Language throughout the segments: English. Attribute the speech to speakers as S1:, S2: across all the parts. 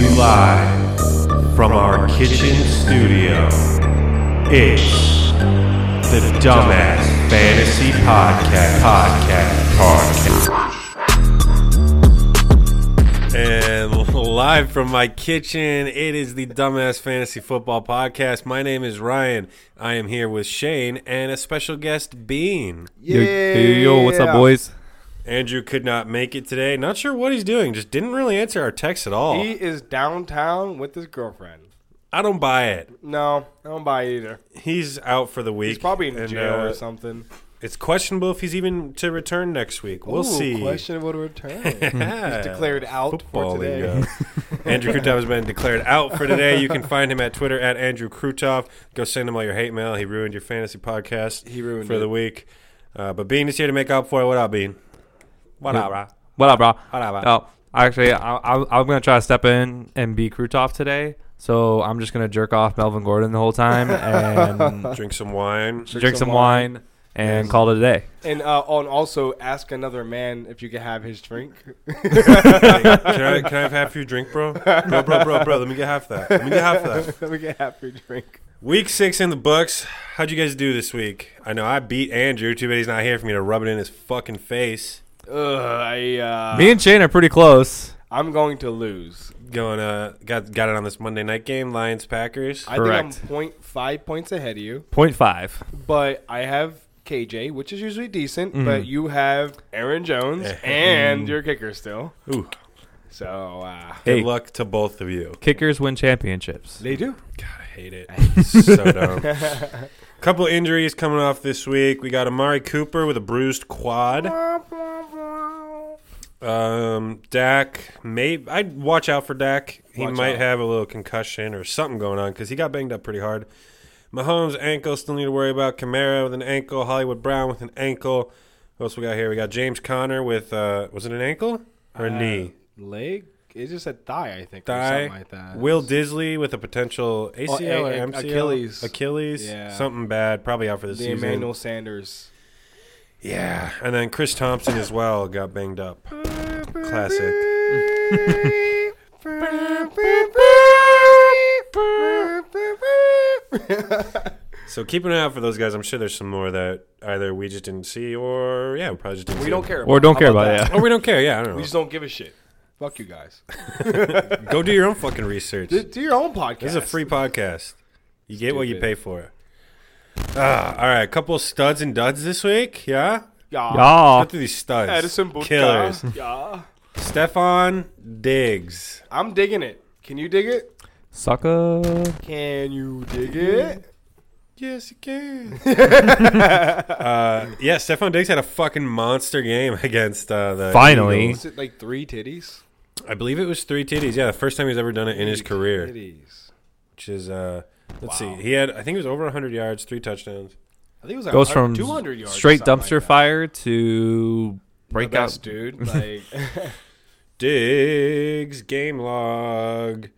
S1: Live from our kitchen studio, it's the Dumbass Fantasy Podcast. Podcast. Podcast. And live from my kitchen, it is the Dumbass Fantasy Football Podcast. My name is Ryan. I am here with Shane and a special guest, Bean.
S2: Yo, yo, yo, what's up, boys?
S1: Andrew could not make it today. Not sure what he's doing. Just didn't really answer our text at all.
S3: He is downtown with his girlfriend.
S1: I don't buy it.
S3: No, I don't buy it either.
S1: He's out for the week.
S3: He's probably in
S1: and,
S3: jail
S1: uh,
S3: or something.
S1: It's questionable if he's even to return next week. We'll
S3: Ooh,
S1: see.
S3: Questionable to return.
S1: Yeah.
S3: He's declared out
S1: Football
S3: for today.
S1: league, uh, Andrew Krutov has been declared out for today. You can find him at Twitter at Andrew Krutov. Go send him all your hate mail. He ruined your fantasy podcast
S3: He ruined
S1: for
S3: it.
S1: the week. Uh, but Bean is here to make up for it. What up, Bean? What up, brah?
S2: What up, bro?
S1: What up, brah?
S2: Oh, actually, I, I, I'm gonna try to step in and be Krutov today. So I'm just gonna jerk off Melvin Gordon the whole time and
S1: Drink some wine.
S2: drink, some wine, and call it a day.
S3: And uh, on also ask another man if you could have his drink.
S1: Hey, can, I, can I have half your drink, bro? Bro, bro, bro, bro. Let me get half that. Let me get half that.
S3: Let me get half your drink.
S1: Week six in the books. How'd you guys do this week? I know I beat Andrew. Too bad he's not here for me to rub it in his fucking face.
S3: Ugh, I, uh,
S2: Me and Shane are pretty close.
S3: I'm going to lose.
S1: Going uh got got it on this Monday night game, Lions Packers.
S3: I
S2: Correct.
S3: think I'm point five points ahead of you,
S2: Point five.
S3: but I have KJ, which is usually decent, but you have Aaron Jones
S1: Mm-hmm. Eh.
S3: and your kicker still.
S1: Ooh.
S3: So uh,
S1: Good
S2: Hey.
S1: luck to both of you.
S2: Kickers win championships.
S3: they do.
S1: God, I hate it. so dumb. Couple injuries coming off this week. We got Amari Cooper with a bruised quad. Um, Dak may I'd watch out for Dak. He
S3: Watch
S1: might
S3: out.
S1: have a little concussion or something going on because he got banged up pretty hard. Mahomes ankle still need to worry about. Kamara with an ankle. Hollywood Brown with an ankle. What else we got here? We got James Conner with uh, was it an ankle or a
S3: Uh,
S1: knee?
S3: Leg? It's just a thigh, I think. Or
S1: Thigh.
S3: something like that.
S1: Will Disley with a potential ACL
S3: a-
S1: or MCL?
S3: Oh, Achilles.
S1: Achilles.
S3: Yeah.
S1: Something bad. Probably out for the,
S3: the
S1: season.
S3: Emmanuel Sanders.
S1: Yeah. And then Chris Thompson as well got banged up. Classic. So keep an eye out for those guys. I'm sure there's some more that either we just didn't see or yeah, we probably just didn't
S3: we
S1: see
S3: don't
S1: them.
S3: care. About
S2: Or don't
S3: how
S2: care about
S3: that.
S2: it.
S1: Or we don't care. Yeah, I don't
S3: We
S1: know.
S3: just don't give a shit. Fuck you guys.
S1: Go do your own fucking research.
S3: Do,
S1: This
S3: do your own podcast.
S1: is a free podcast. You get what you
S3: Stupid.
S1: pay for. Ah, all right, a couple studs and duds this week. Yeah,
S3: Yeah.
S1: go
S2: Y'all.
S1: through these studs.
S3: Edison Butka.
S1: Killers.
S3: Yeah.
S1: Stefan Diggs.
S3: I'm digging it. Can you dig it? Uh,
S2: Sucker.
S3: Can you dig it?
S1: Yes, you can. uh, yeah, Stefan Diggs had a fucking monster game against uh, the.
S2: Finally.
S1: Eagles.
S3: Is it like three titties?
S1: I believe it was three titties. Yeah, the first time he's ever done it in his
S3: Three
S1: career.
S3: Titties.
S1: which is uh let's see he had i think it was over 100 yards three touchdowns
S3: I think it was like
S2: Goes
S3: 100
S2: from
S3: 200 uh, yards. or
S2: straight
S3: something like that.
S2: dumpster fire to
S3: The
S2: breakout.
S3: best, dude. Like.
S1: diggs game log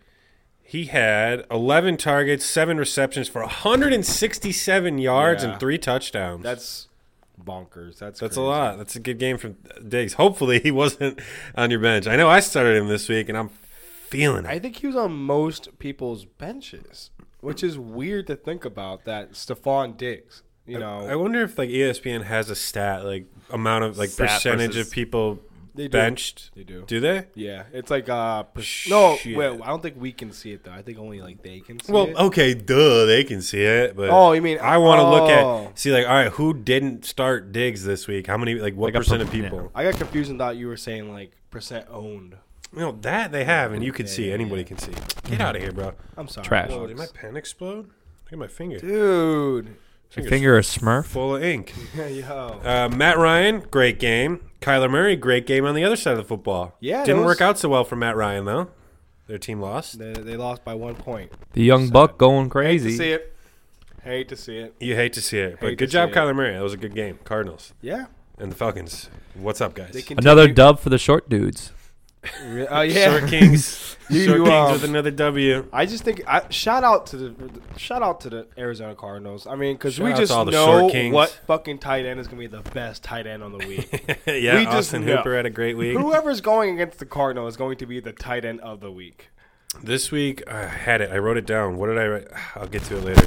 S1: he had 11 targets 7 receptions for 167 yards
S3: Yeah.
S1: and 3 touchdowns
S3: That's bonkers. That's
S1: that's a
S3: crazy.
S1: lot that's a good game from diggs hopefully he wasn't on your bench i know i started him this week and i'm feeling it
S3: I think he was on most people's benches, which is weird to think about. That Stephon Diggs, you
S1: I
S3: know,
S1: wonder if like E ESPN has a stat like amount of like
S2: Stat
S1: percentage
S2: versus-
S1: of people
S3: They do.
S1: benched.
S3: They do.
S1: Do they?
S3: yeah, it's like uh, per- no,
S1: Shit.
S3: wait, I don't think we can see it though. I think only like they can see
S1: Well,
S3: it.
S1: okay, duh, they can see it, but
S3: Oh, you mean-
S1: I want to look
S3: oh.
S1: at see like all right, who didn't start digs this week? How many like what
S2: Like a
S1: percent of
S2: per- yeah.
S1: people?
S3: I got confused and thought you were saying like percent owned.
S1: No, that they have, and you can see
S3: Yeah,
S1: anybody can see. Get out of here, bro!
S3: I'm sorry,
S2: Trash.
S1: Whoa, did my
S3: folks.
S1: pen explode? Look at my finger,
S3: dude.
S2: Your
S1: Fingers
S2: finger a smurf.
S1: full of ink.
S3: Yo,
S1: Uh, Matt Ryan, great game. Kyler Murray, great game on the other side of the football.
S3: Yeah, that
S1: didn't
S3: was-
S1: work out so well for Matt Ryan though. Their team lost.
S3: they, they lost by one point.
S2: The young buck going
S3: Hate to
S2: crazy.
S3: see it. Hate to see it.
S1: You hate to see it, but
S3: Hate
S1: good
S3: to
S1: job,
S3: see it.
S1: Kyler Murray. That was a good game. Cardinals
S3: Yeah,
S1: and the Falcons. What's up, guys?
S3: they can
S2: Another dub for the short dudes.
S1: uh,
S3: Oh yeah,
S1: Short Kings.
S3: You-
S1: Short
S3: you,
S1: Kings
S3: um,
S1: with another W.
S3: I just think I, shout out to the shout out to the Arizona Cardinals. I mean, because
S1: Shout
S3: we
S1: out to
S3: just
S1: all the
S3: know
S1: short kings.
S3: what fucking tight end is gonna be the best tight end on the week.
S1: yeah,
S3: We just
S1: Austin
S3: know.
S1: Hooper had a great week.
S3: Whoever's going against the Cardinals is going to be the tight end of the week.
S1: This week I had it. I wrote it down. What did I write? I'll get to it later.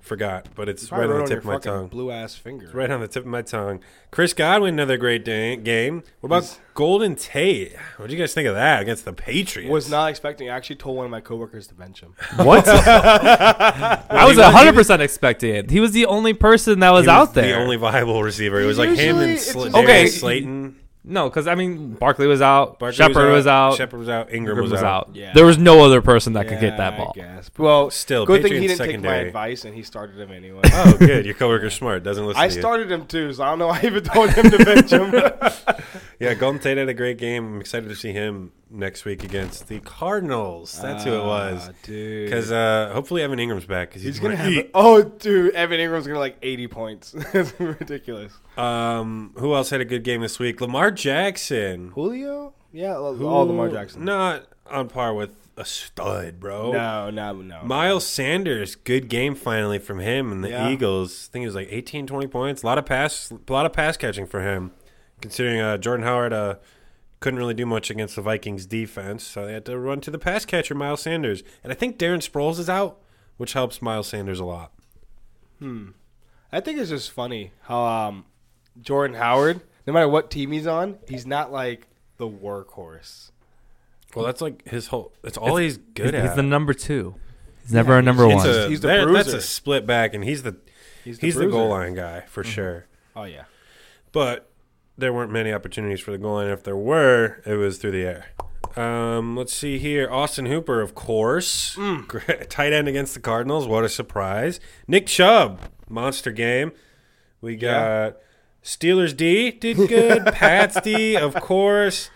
S1: Forgot, but it's right on the tip of my tongue.
S3: blue ass finger.
S1: Right on the tip of my tongue. Chris Godwin, another great day, game. What about
S3: He's-
S1: Golden Tate? What do you guys think of that against the Patriots?
S3: Was not expecting. I actually told one of my coworkers to bench him.
S2: What? I was 100% expecting it. He was the only person that was,
S1: He
S2: out
S1: The
S2: there.
S1: only viable receiver. It was like him
S3: Usually
S1: and
S3: it's
S1: Sl-
S3: a-
S1: Darius
S2: Okay.
S1: Slayton.
S2: no, because, I mean, Barkley was out.
S1: Barkley
S2: Shepard was out.
S1: Shepard was out. Ingram,
S2: Ingram was out.
S3: Yeah.
S2: There was no other person that could get
S3: Yeah,
S2: that ball.
S3: I guess. Well,
S1: Still,
S3: good thing he
S1: Patriots
S3: didn't take my
S1: secondary.
S3: advice and he started him anyway.
S1: Oh, good. Your coworker's smart. Doesn't listen.
S3: I
S1: to you.
S3: started him too, so I don't know. why I even told him to bench him.
S1: Yeah, Golden Tate had a great game. I'm excited to see him next week against the Cardinals. That's who it was.
S3: Ah, dude.
S1: Because uh, hopefully Evan Ingram's back. Because
S3: He's gonna have.
S1: eat.
S3: Oh, dude, Evan Ingram's gonna like eighty points. It's ridiculous.
S1: Um, who else had a good game this week? Lamar Jackson.
S3: Julio? Yeah, all all Lamar
S1: Who-
S3: Jackson.
S1: Not on par with a stud, bro.
S3: no, no, no.
S1: Miles Sanders, good game finally from him and the
S3: Yeah.
S1: Eagles. I think it was like 18, 20 points. A lot of pass, a lot of pass catching for him. Considering uh, Jordan Howard uh, couldn't really do much against the Vikings defense, so they had to run to the pass catcher Miles Sanders. And I think Darren Sproles is out, which helps Miles Sanders a lot.
S3: I think it's just funny how um, Jordan Howard, no matter what team he's on, he's not like the workhorse.
S1: Well, that's like his whole. That's all he's good
S2: he's,
S1: at.
S2: he's the number two. He's never a number
S1: It's
S2: one.
S1: a-
S3: He's the
S1: that- That's
S3: bruiser.
S1: a split back, and he's the he's
S3: He's
S1: the, Mm-hmm.
S3: the
S1: goal
S3: bruiser.
S1: line guy for sure.
S3: Oh yeah,
S1: But there weren't many opportunities for the goal line. If there were, it was through the air. Um, let's see here. Austin Hooper, of course,
S3: Mm.
S1: Great- tight end against the Cardinals. What a surprise! Nick Chubb, monster game. We got
S3: Yeah.
S1: Steelers D did good. Pats D, of course.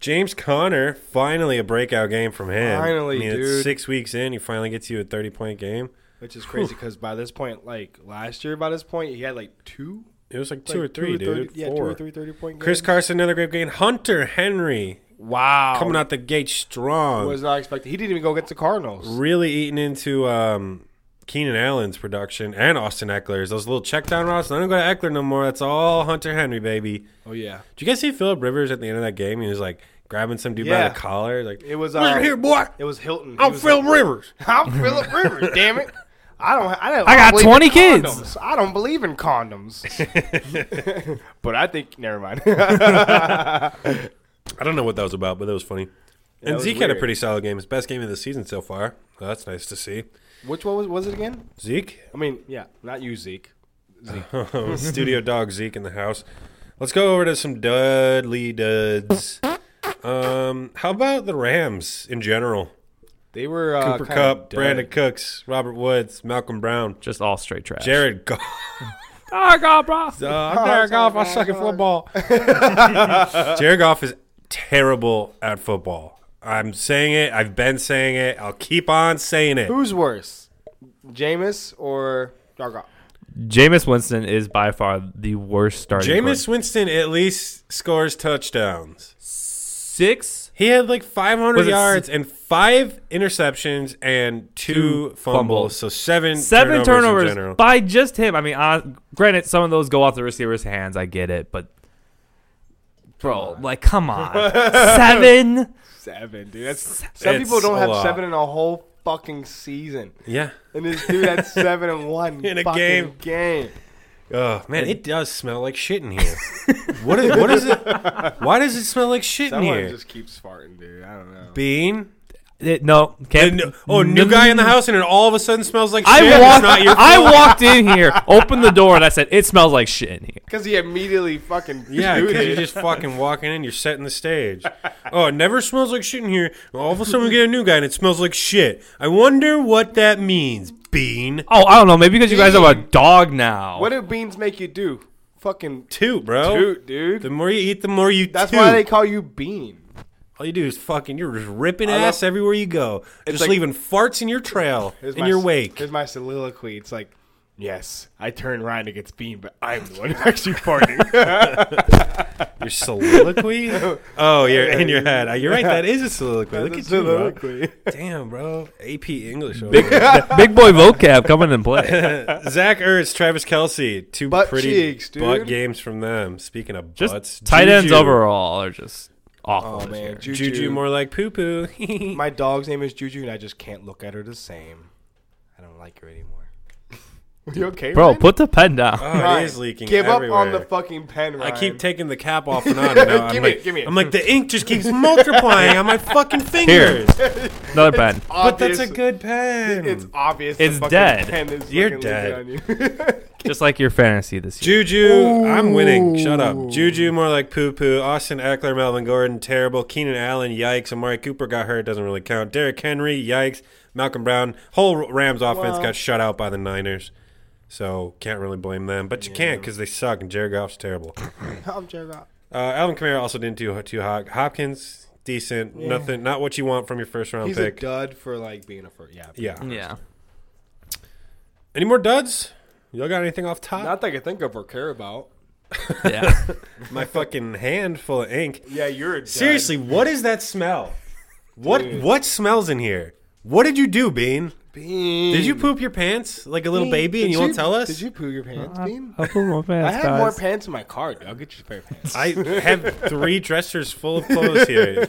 S1: James Conner, finally a breakout game from him.
S3: Finally,
S1: I mean, it's
S3: dude.
S1: six weeks in, he finally gets you a thirty-point game.
S3: which is crazy because by this point, like last year, by this point, he had like two,
S1: It was like two
S3: like,
S1: or three, dude.
S3: 30 yeah, two
S1: Four.
S3: or three thirty point.
S1: Chris
S3: games.
S1: Carson, another great game. Hunter Henry
S3: wow,
S1: coming out the gate strong.
S3: was not expected. He didn't even go get the Cardinals.
S1: really eating into um, Keenan Allen's production and Austin Eckler's. Those little check down routes. I don't go to Eckler no more. That's all Hunter Henry, baby.
S3: Oh yeah,
S1: Did you guys see Philip Rivers at the end of that game? He was like grabbing some dude by
S3: Yeah.
S1: the collar. Like,
S3: it was.
S1: listen
S3: Uh,
S1: here, boy.
S3: It was Hilton. He
S1: I'm
S3: was
S1: Philip
S3: like,
S1: Rivers.
S3: I'm Philip Rivers. damn it. I don't. I, don't,
S2: I got
S3: believe in
S2: 20 kids.
S3: condoms. I don't believe in condoms. but I think never mind.
S1: I don't know what that was about, but that was funny.
S3: it
S1: and
S3: was
S1: Zeke had a
S3: weird.
S1: pretty solid game. His best game of the season so far. So that's nice to see.
S3: Which one was was it again?
S1: Zeke,
S3: I mean, yeah, not you, Zeke. Zeke.
S1: Studio dog Zeke in the house. Let's go over to some Dudley duds. Um, how about the Rams in general?
S3: They were uh,
S1: Cooper
S3: kinda
S1: Cup,
S3: dead.
S1: Brandon Cooks, Robert Woods, Malcolm Brown,
S2: Just all straight trash.
S1: Jared Goff.
S2: Oh, God, bro.
S1: Uh, I'm Jared Goff. I suck at football. Jared Goff is terrible at football. I'm saying it. I've been saying it. I'll keep on saying it.
S3: Who's worse, Jameis or Dargoff?
S2: Jameis Winston is by far the worst starting.
S1: Jameis
S2: quarter-
S1: Winston at least scores touchdowns.
S2: six
S1: He had like 500
S2: Was it
S1: yards and five interceptions and two,
S2: Two
S1: fumbles,
S2: fumbles.
S1: so seven
S2: seven
S1: turnovers,
S2: turnovers,
S1: in general.
S2: by just him. I mean, uh, granted, some of those go off the receiver's hands. I get it, but bro, like, come on, seven.
S3: Seven, dude. That's some
S1: It's
S3: people don't
S1: a
S3: have
S1: lot.
S3: seven in a whole fucking season,
S1: Yeah.
S3: and this dude had seven and one
S1: In a
S3: fucking
S1: game.
S3: game.
S1: Oh man, it does smell like shit in here. what is what is it? Why does it smell like shit in
S3: Someone
S1: here?
S3: just keeps farting, dude. I don't know.
S1: Bean.
S2: It- Eh, no,
S1: And,
S2: can't.
S1: no- oh, new
S2: no,
S1: guy
S2: no,
S1: in the
S2: no.
S1: house, and it all of a sudden smells like shit.
S2: I
S1: It's
S2: walked.
S1: not your
S2: I walked in here, opened the door, and I said, "It smells like shit in here."
S3: Because he immediately fucking
S1: Yeah,
S3: did
S1: because you're
S3: it.
S1: just fucking walking in, you're setting the stage. Oh, it never smells like shit in here. All of a sudden, we get a new guy and it smells like shit. I wonder what that means, Bean.
S2: Oh, I don't know. Maybe because you guys have a dog now.
S3: What do beans make you do? Fucking
S1: Toot, bro.
S3: toot, dude.
S1: Oh, The more you eat, the more you
S3: That's
S1: toot.
S3: why they call you Bean.
S1: All you do is fucking, you're just ripping
S3: love-
S1: ass everywhere you go. Just
S3: like-
S1: leaving farts in your trail,
S3: Here's
S1: in
S3: my-
S1: your wake.
S3: Here's my soliloquy. It's like, yes, I turn Ryan against Bean, but I'm the one who's actually farting.
S1: Your soliloquy? oh, you're in your head. Uh, You're right, that is a soliloquy. Look at you, bro. Damn, bro. AP English. over there.
S2: Big boy vocab coming in play.
S1: Zach Ertz, Travis Kelsey, two
S3: Butt
S1: pretty
S3: cheeks, dude.
S1: butt games from them. Speaking of
S2: Just
S1: butts,
S2: tight ends
S1: Oh, Juju.
S2: overall are just awful
S3: Oh,
S2: this
S3: man.
S2: year.
S3: Ju-
S1: Juju,
S3: Juju.
S1: more like poo poo.
S3: My dog's name is Juju, and I just can't look at her the same. I don't like her anymore. you okay,
S2: Bro,
S3: Ryan?
S2: put the pen down.
S1: Oh, it
S3: Ryan,
S1: is leaking.
S3: Give
S1: everywhere.
S3: up on the fucking pen,
S1: I
S3: Ryan.
S1: keep taking the cap off and on. And now I'm
S3: Give me
S1: like,
S3: it, give me it.
S1: I'm like the ink just keeps multiplying on my fucking fingers.
S2: Another pen.
S1: But that's a
S3: Obvious-
S1: good pen.
S3: It's obvious.
S2: It's
S3: the fucking
S2: dead.
S3: Pen is
S1: You're
S3: fucking leaking On you.
S2: Just like your fantasy this year.
S1: Juju, I'm winning. Shut up. Juju, more like poo poo. Austin Eckler, Melvin Gordon, terrible. Keenan Allen, yikes. Amari Cooper got hurt, doesn't really count. Derrick Henry, yikes. Malcolm Brown, whole Rams offense
S3: Well-
S1: got shut out by the Niners. So can't really blame them, but you can't because they suck and Jared Goff's terrible.
S3: I'm Jared Goff.
S1: Uh, Alvin Kamara also didn't do too hot. Hopkins, decent, nothing, not what you want from your first round
S3: He's a
S1: pick.
S3: dud for like being a first. Yeah.
S1: yeah.
S2: Yeah.
S1: Any more duds? Y'all got anything off top?
S3: Not that I can think of or care about.
S2: Yeah.
S1: My fucking hand full of ink.
S3: Yeah, you're a dud.
S1: Seriously, what is that smell? What
S3: Dude.
S1: what smells in here? What did you do, Bean?
S3: Bean.
S1: Did you poop your pants like a little baby and
S3: Did
S1: you won't tell us?
S3: Did you poo your pants, Bean?
S2: I put more
S3: I
S2: pants,
S3: have more pants in my car. Dude. I'll get you a pair of pants.
S1: I have three dressers full of clothes here.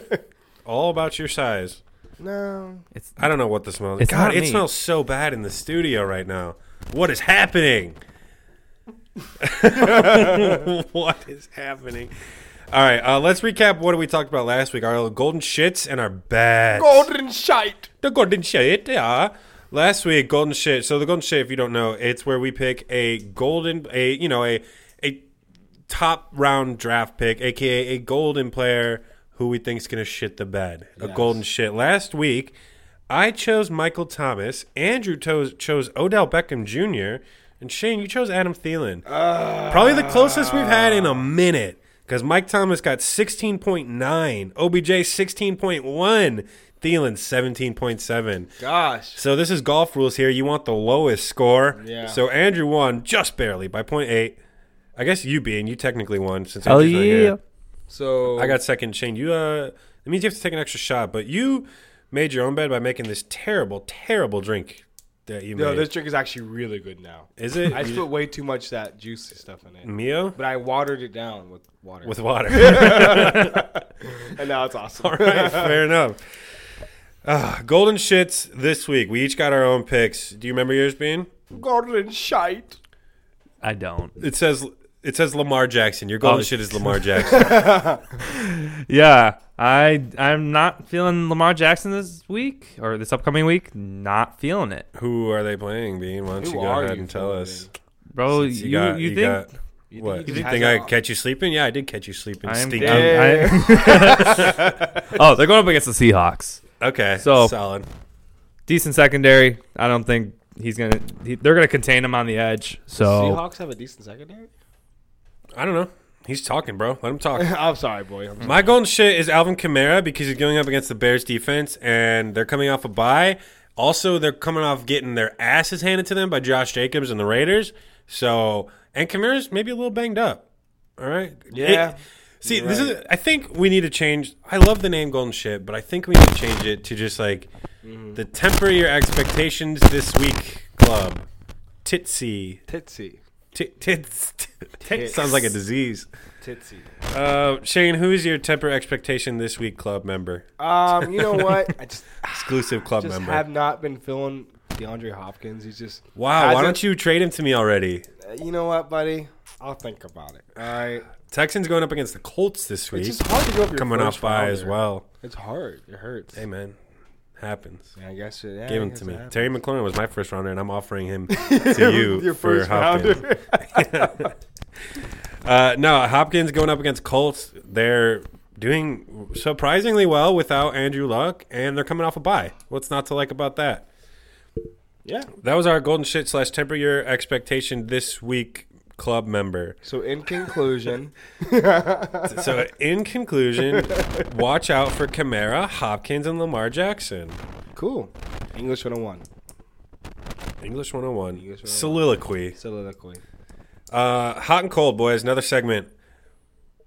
S1: All about your size.
S3: no.
S2: It's
S1: I don't know what the smell is.
S2: It's
S1: God,
S2: not
S1: it
S2: me.
S1: smells so bad in the studio right now. What is happening? what is happening? All right, uh, let's recap what we talked about last week. Our little golden shits and our bad
S3: Golden shite.
S1: The Golden Shit, yeah. Last week, Golden Shit. So the Golden Shit, if you don't know, it's where we pick a golden, a you know, a a top round draft pick, aka a golden player who we think's gonna shit the bed. A
S3: Yes.
S1: golden shit. Last week, I chose Michael Thomas. Andrew chose chose Odell Beckham Jr. And Shane, you chose Adam Thielen. Probably the closest we've had in a minute. Because Mike Thomas got 16.9, OBJ 16.1, Thielen 17.7.
S3: Gosh.
S1: So this is golf rules here. You want the lowest score.
S3: Yeah.
S1: So Andrew won just barely by point eight. I guess you being you technically won since
S2: hell
S1: Andrew's not
S2: Oh, yeah.
S1: here.
S3: So
S1: I got second. Shane, you uh, that means you have to take an extra shot. But you made your own bed by making this terrible, terrible drink that you
S3: No,
S1: made.
S3: this drink is actually really good now.
S1: is it
S3: I just put way too much that juicy stuff in it,
S1: Mio
S3: but I watered it down with water,
S1: with water?
S3: and now it's awesome.
S1: All right, fair enough. Uh, golden shits this week. We each got our own picks. Do you remember yours being?
S3: Golden shite.
S2: I don't.
S1: It says it says Lamar Jackson. Your golden
S2: Oh.
S1: shit is Lamar Jackson.
S2: Yeah. I I'm not feeling Lamar Jackson this week or this upcoming week. Not feeling it.
S1: Who are they playing, Bean? Why don't
S3: Who
S1: you go
S3: are
S1: ahead
S3: you
S1: and tell
S3: fooling?
S1: us?
S2: Bro,
S1: Since
S2: you you,
S1: got-
S2: think
S1: got- what?
S3: he
S1: You
S3: just
S1: think
S3: has
S1: I
S3: it all?
S1: catch you sleeping? Yeah, I did catch you sleeping.
S2: I'm,
S1: Stinky.
S2: I'm- I- Oh, they're going up against the Seahawks.
S1: okay,
S2: So-
S1: solid.
S2: Decent secondary. I don't think he's going to he, they're going to contain him on the edge. So
S3: Seahawks have a decent secondary.
S1: I don't know. He's talking, bro. Let him talk.
S3: I'm sorry, boy. I'm sorry.
S1: My golden shit is Alvin Kamara because he's going up against the Bears defense and they're coming off a bye. Also, they're coming off getting their asses handed to them by Josh Jacobs and the Raiders. So, and Kamara's maybe a little banged up. All right.
S3: Yeah,
S1: It- see,
S3: you're
S1: this
S3: right.
S1: is. I think we need to change. I love the name Golden Shit, but I think we need to change it to just like
S3: Mm-hmm.
S1: the temper your expectations this week club. Titsy.
S3: Titsy,
S1: Tit, tits. Tits. Sounds like a disease.
S3: titsy.
S1: Uh, Shane, who's your temper expectation this week club member?
S3: Um, you know what? I just,
S1: Exclusive club
S3: just
S1: member.
S3: have not been feeling DeAndre Hopkins. He's just
S1: wow, why
S3: hasn't-
S1: don't you trade him to me already?
S3: You know what, buddy? I'll think about it. All right.
S1: Texans going up against the Colts this week.
S3: It's just hard to go up your
S1: Coming
S3: first
S1: off by as
S3: rounder.
S1: well.
S3: It's hard. It hurts.
S1: Hey man. Happens.
S3: Yeah, I guess it. Yeah,
S1: Give
S3: I
S1: him
S3: guess
S1: to
S3: it
S1: me.
S3: happens.
S1: Terry McLaurin was my first rounder, and I'm offering him to you
S3: Your
S1: for
S3: first
S1: Hopkins.
S3: rounder.
S1: Uh, no, Hopkins going up against Colts. They're doing surprisingly well without Andrew Luck, and they're coming off a bye. What's not to like about that?
S3: Yeah.
S1: That was our golden shit slash temper your expectation this week club member.
S3: So in conclusion,
S1: So in conclusion, watch out for Kamara, Hopkins, and Lamar Jackson.
S3: cool. English 101.
S1: English 101.
S3: English 101.
S1: Soliloquy.
S3: Soliloquy.
S1: Uh, hot and cold, boys. Another segment.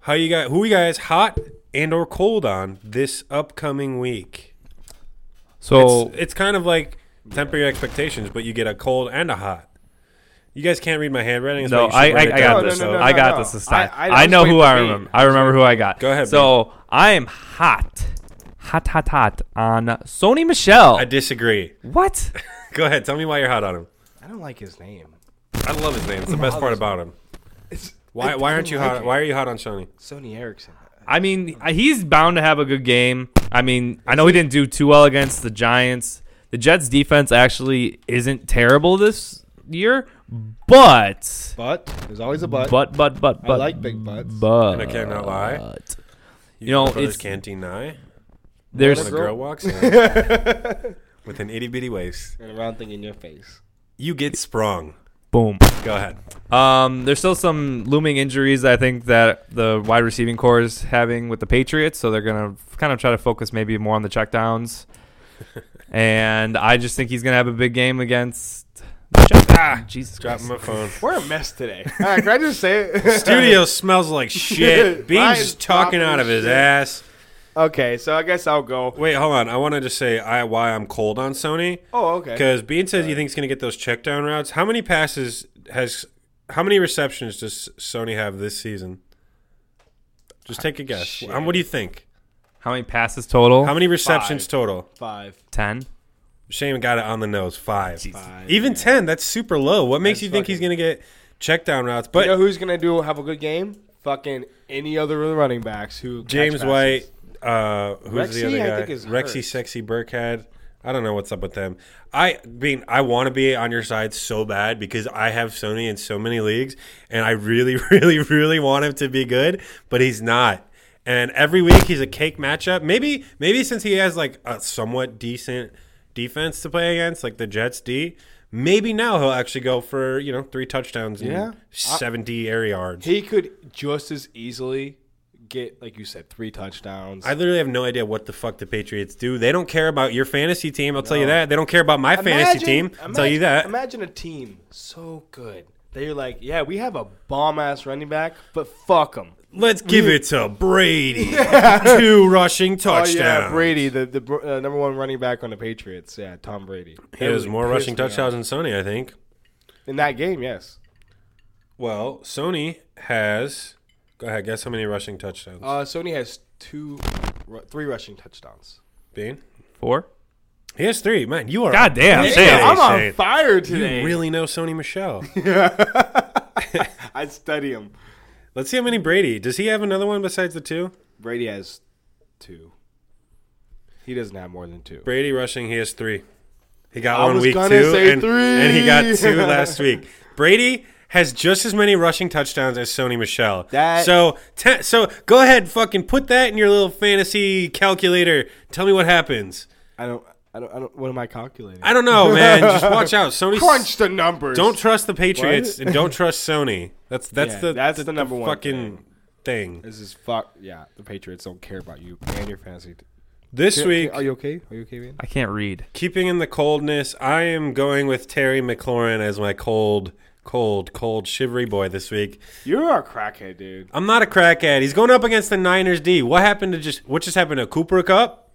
S1: How you got? Who you guys hot and or cold on this upcoming week?
S2: so
S1: It's, it's kind of like temper your expectations, but you get a cold and a hot. You guys can't read my handwriting. that's why
S2: No,
S1: you should
S2: I, I,
S1: write it
S2: I
S1: down,
S2: got this.
S1: so-
S3: No, no, no,
S2: I got
S3: no.
S2: this this time.
S3: I-
S2: I,
S3: I- I
S2: know
S3: was
S2: who
S3: waiting
S2: I
S3: for
S2: remember.
S3: you.
S2: I remember who I got.
S1: Go ahead,
S2: So I am hot, hot, hot, hot on Sony Michelle.
S1: I disagree.
S2: what?
S1: Go ahead. Tell me why you're hot on him.
S3: I don't like his name.
S1: I love his name. It's the best part about him.
S3: It's,
S1: Why,
S3: I
S1: why aren't
S3: don't
S1: you
S3: like
S1: hot?
S3: it.
S1: Why are you hot on Sony?
S3: Sony Ericsson.
S2: I mean, uh, he's bound to have a good game. I mean, I know he didn't do too well against the Giants. The Jets' defense actually isn't terrible this year, but
S3: But there's always a but.
S2: but but but but
S3: I like big butts.
S2: but
S1: I cannot lie.
S2: You know,
S1: go to this
S2: it's-
S1: canteen nigh.
S2: There's
S1: When a
S3: girl-
S1: girl walks in with an itty bitty waist,
S3: and a round thing in your face.
S1: you get sprung.
S2: boom.
S1: Go ahead.
S2: Um, there's still some looming injuries I think that the wide receiving core is having with the Patriots, so they're gonna kind of try to focus maybe more on the checkdowns. and I just think he's gonna have a big game against. the Jets. Ah, Jesus
S1: Dropping
S2: Christ!
S1: my phone.
S3: We're a mess today. All right, can I just say it?
S1: Studio smells like shit. Beans
S3: Ryan's
S1: is talking
S3: dropping
S1: out of his
S3: shit.
S1: ass.
S3: okay, so I guess I'll go.
S1: Wait, hold on. I want to just say I, why I'm cold on Sony.
S3: Oh, okay.
S1: Because Bean says he thinks he's going to get those check down routes. How many passes has, how many receptions does Sony have this season? Just take a guess.
S3: Shit.
S1: Um, what do you think?
S2: How many passes total?
S1: How many receptions total?
S3: Five.
S2: Ten.
S1: Shane got it on the nose. Five.
S3: Five.
S1: Even 10. That's super low. What makes
S3: That's
S1: you think he's
S3: fucking-
S1: going to get check down routes?
S3: But
S1: But
S3: you know who's gonna do have a good game? Fucking any other of the running backs who catch
S1: James
S3: passes.
S1: White, uh, who's the
S3: Rexy,
S1: other
S3: I
S1: guy?
S3: think, is
S1: Rexy
S3: hurt.
S1: Sexy Burkhead. I don't know what's up with them. I mean, I want to be on your side so bad because I have Sony in so many leagues, and I really, really, really want him to be good, but he's not. And every week he's a cake matchup. Maybe, maybe since he has like a somewhat decent defense to play against, like the Jets D, maybe now he'll actually go for you know three touchdowns and
S3: Yeah. I-
S1: seventy air yards.
S3: He could just as easily get, like you said, three touchdowns.
S1: I literally have no idea what the fuck the Patriots do. They don't care about your fantasy team. I'll tell you that. They don't care about my fantasy team. I'll tell you that.
S3: Imagine a team so good that you're like, yeah, we have a bomb ass running back, but fuck him.
S1: Let's give it to Brady. Two rushing
S3: Oh
S1: touchdowns.
S3: yeah, Brady, the the br- uh, number one running back on the Patriots. Yeah, Tom Brady.
S1: He
S3: That
S1: has
S3: really
S1: more rushing
S3: pissed me
S1: touchdowns than Sony, I think.
S3: off. in that game. Yes.
S1: Well, Sony has. Go ahead, guess how many rushing touchdowns?
S3: Uh, Sony has two, ru- three rushing touchdowns.
S1: Bean?
S2: Four.
S1: He has three. Man, you are.
S2: God damn,
S1: Hey,
S2: Sam.
S3: I'm on
S1: Shane.
S3: fire
S1: You
S3: today.
S1: really know Sony Michelle.
S3: I study him.
S1: Let's see how many Brady. Does he have another one besides the two?
S3: Brady has two. He doesn't have more than two.
S1: Brady rushing, he has three. He got
S3: I
S1: one
S3: was
S1: week two,
S3: gonna say
S1: and,
S3: three.
S1: and he got two last week. Brady has just as many rushing touchdowns as Sony Michelle.
S3: That-
S1: so te- so go ahead, fucking put that in your little fantasy calculator. Tell me what happens.
S3: I don't. I don't. I don't. What am I calculating?
S1: I don't know, man. Just watch out, Sony.
S3: Crunch the numbers.
S1: Don't trust the Patriots and don't trust Sony. That's that's
S3: Yeah,
S1: the
S3: that's the number one
S1: fucking thing.
S3: This is fuck. Yeah, the Patriots don't care about you and your fantasy. t-
S1: This week,
S3: Are you okay? Are you okay, man?
S2: I can't read.
S1: keeping in the coldness, I am going with Terry McLaurin as my cold, cold, cold shivery boy this week.
S3: You're a crackhead, dude.
S1: I'm not a crackhead. He's going up against the Niners D. What happened to just what just happened to Cooper Cup,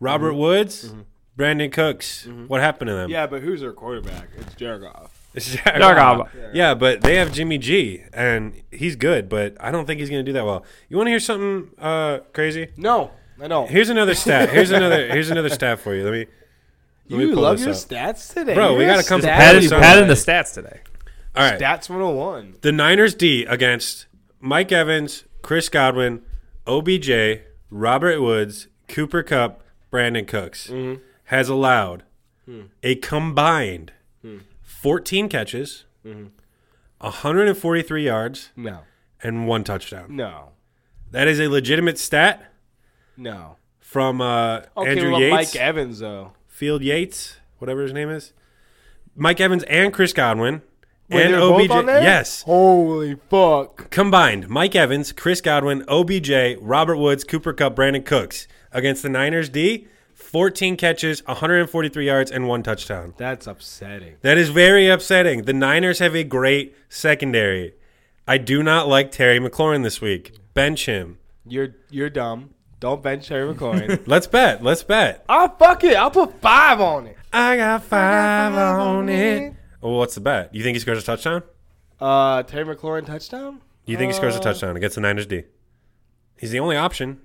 S1: Robert Woods, Brandon Cooks? What happened to them?
S3: Yeah, but who's their quarterback? It's Jared
S1: It's Jared
S2: Jared
S1: Goff.
S2: Goff.
S1: Yeah, but they have Jimmy G, and he's good, but I don't think he's going to do that well. You want to hear something uh, crazy?
S3: No, I don't.
S1: Here's another stat. Here's another. Here's another stat for you. Let me. Let me
S3: you
S1: pull
S3: love
S1: this
S3: your
S1: up.
S3: stats today,
S1: Bro, we
S3: You're
S1: gotta
S3: a
S1: come
S3: stat-
S1: prepared.
S2: Pat,
S1: Patty-
S2: patting the stats today.
S1: All right.
S3: Stats 101.
S1: The Niners D against Mike Evans, Chris Godwin, OBJ, Robert Woods, Cooper Cup, Brandon Cooks
S3: Mm-hmm.
S1: has allowed
S3: Hmm.
S1: a combined 14 catches,
S3: Mm-hmm.
S1: 143 yards,
S3: No,
S1: and one touchdown.
S3: no,
S1: That is a legitimate stat
S3: no.
S1: from uh,
S3: Okay,
S1: Andrew
S3: well,
S1: Yates,
S3: Mike E- Evans though.
S1: Field Yates, whatever his name is. Mike Evans and Chris Godwin. and
S3: they're
S1: OBJ.
S3: both on there?
S1: Yes.
S3: Holy fuck!
S1: Combined, Mike Evans, Chris Godwin, OBJ, Robert Woods, Cooper Cup, Brandon Cooks against the Niners D, 14 catches, 143 yards, and one touchdown.
S3: That's upsetting.
S1: That is very upsetting. The Niners have a great secondary. I do not like Terry McLaurin this week. Bench him.
S3: You're you're dumb. Don't bench Terry McLaurin.
S1: Let's bet.
S3: Ah,
S1: Let's bet.
S3: I'll fuck it. I'll put five on it.
S1: I got five on it. Well, what's the bet? You think he scores a touchdown?
S3: Uh, Terry McLaurin touchdown.
S1: You think he scores a
S3: Uh,
S1: touchdown against the Niners D? He's the only option.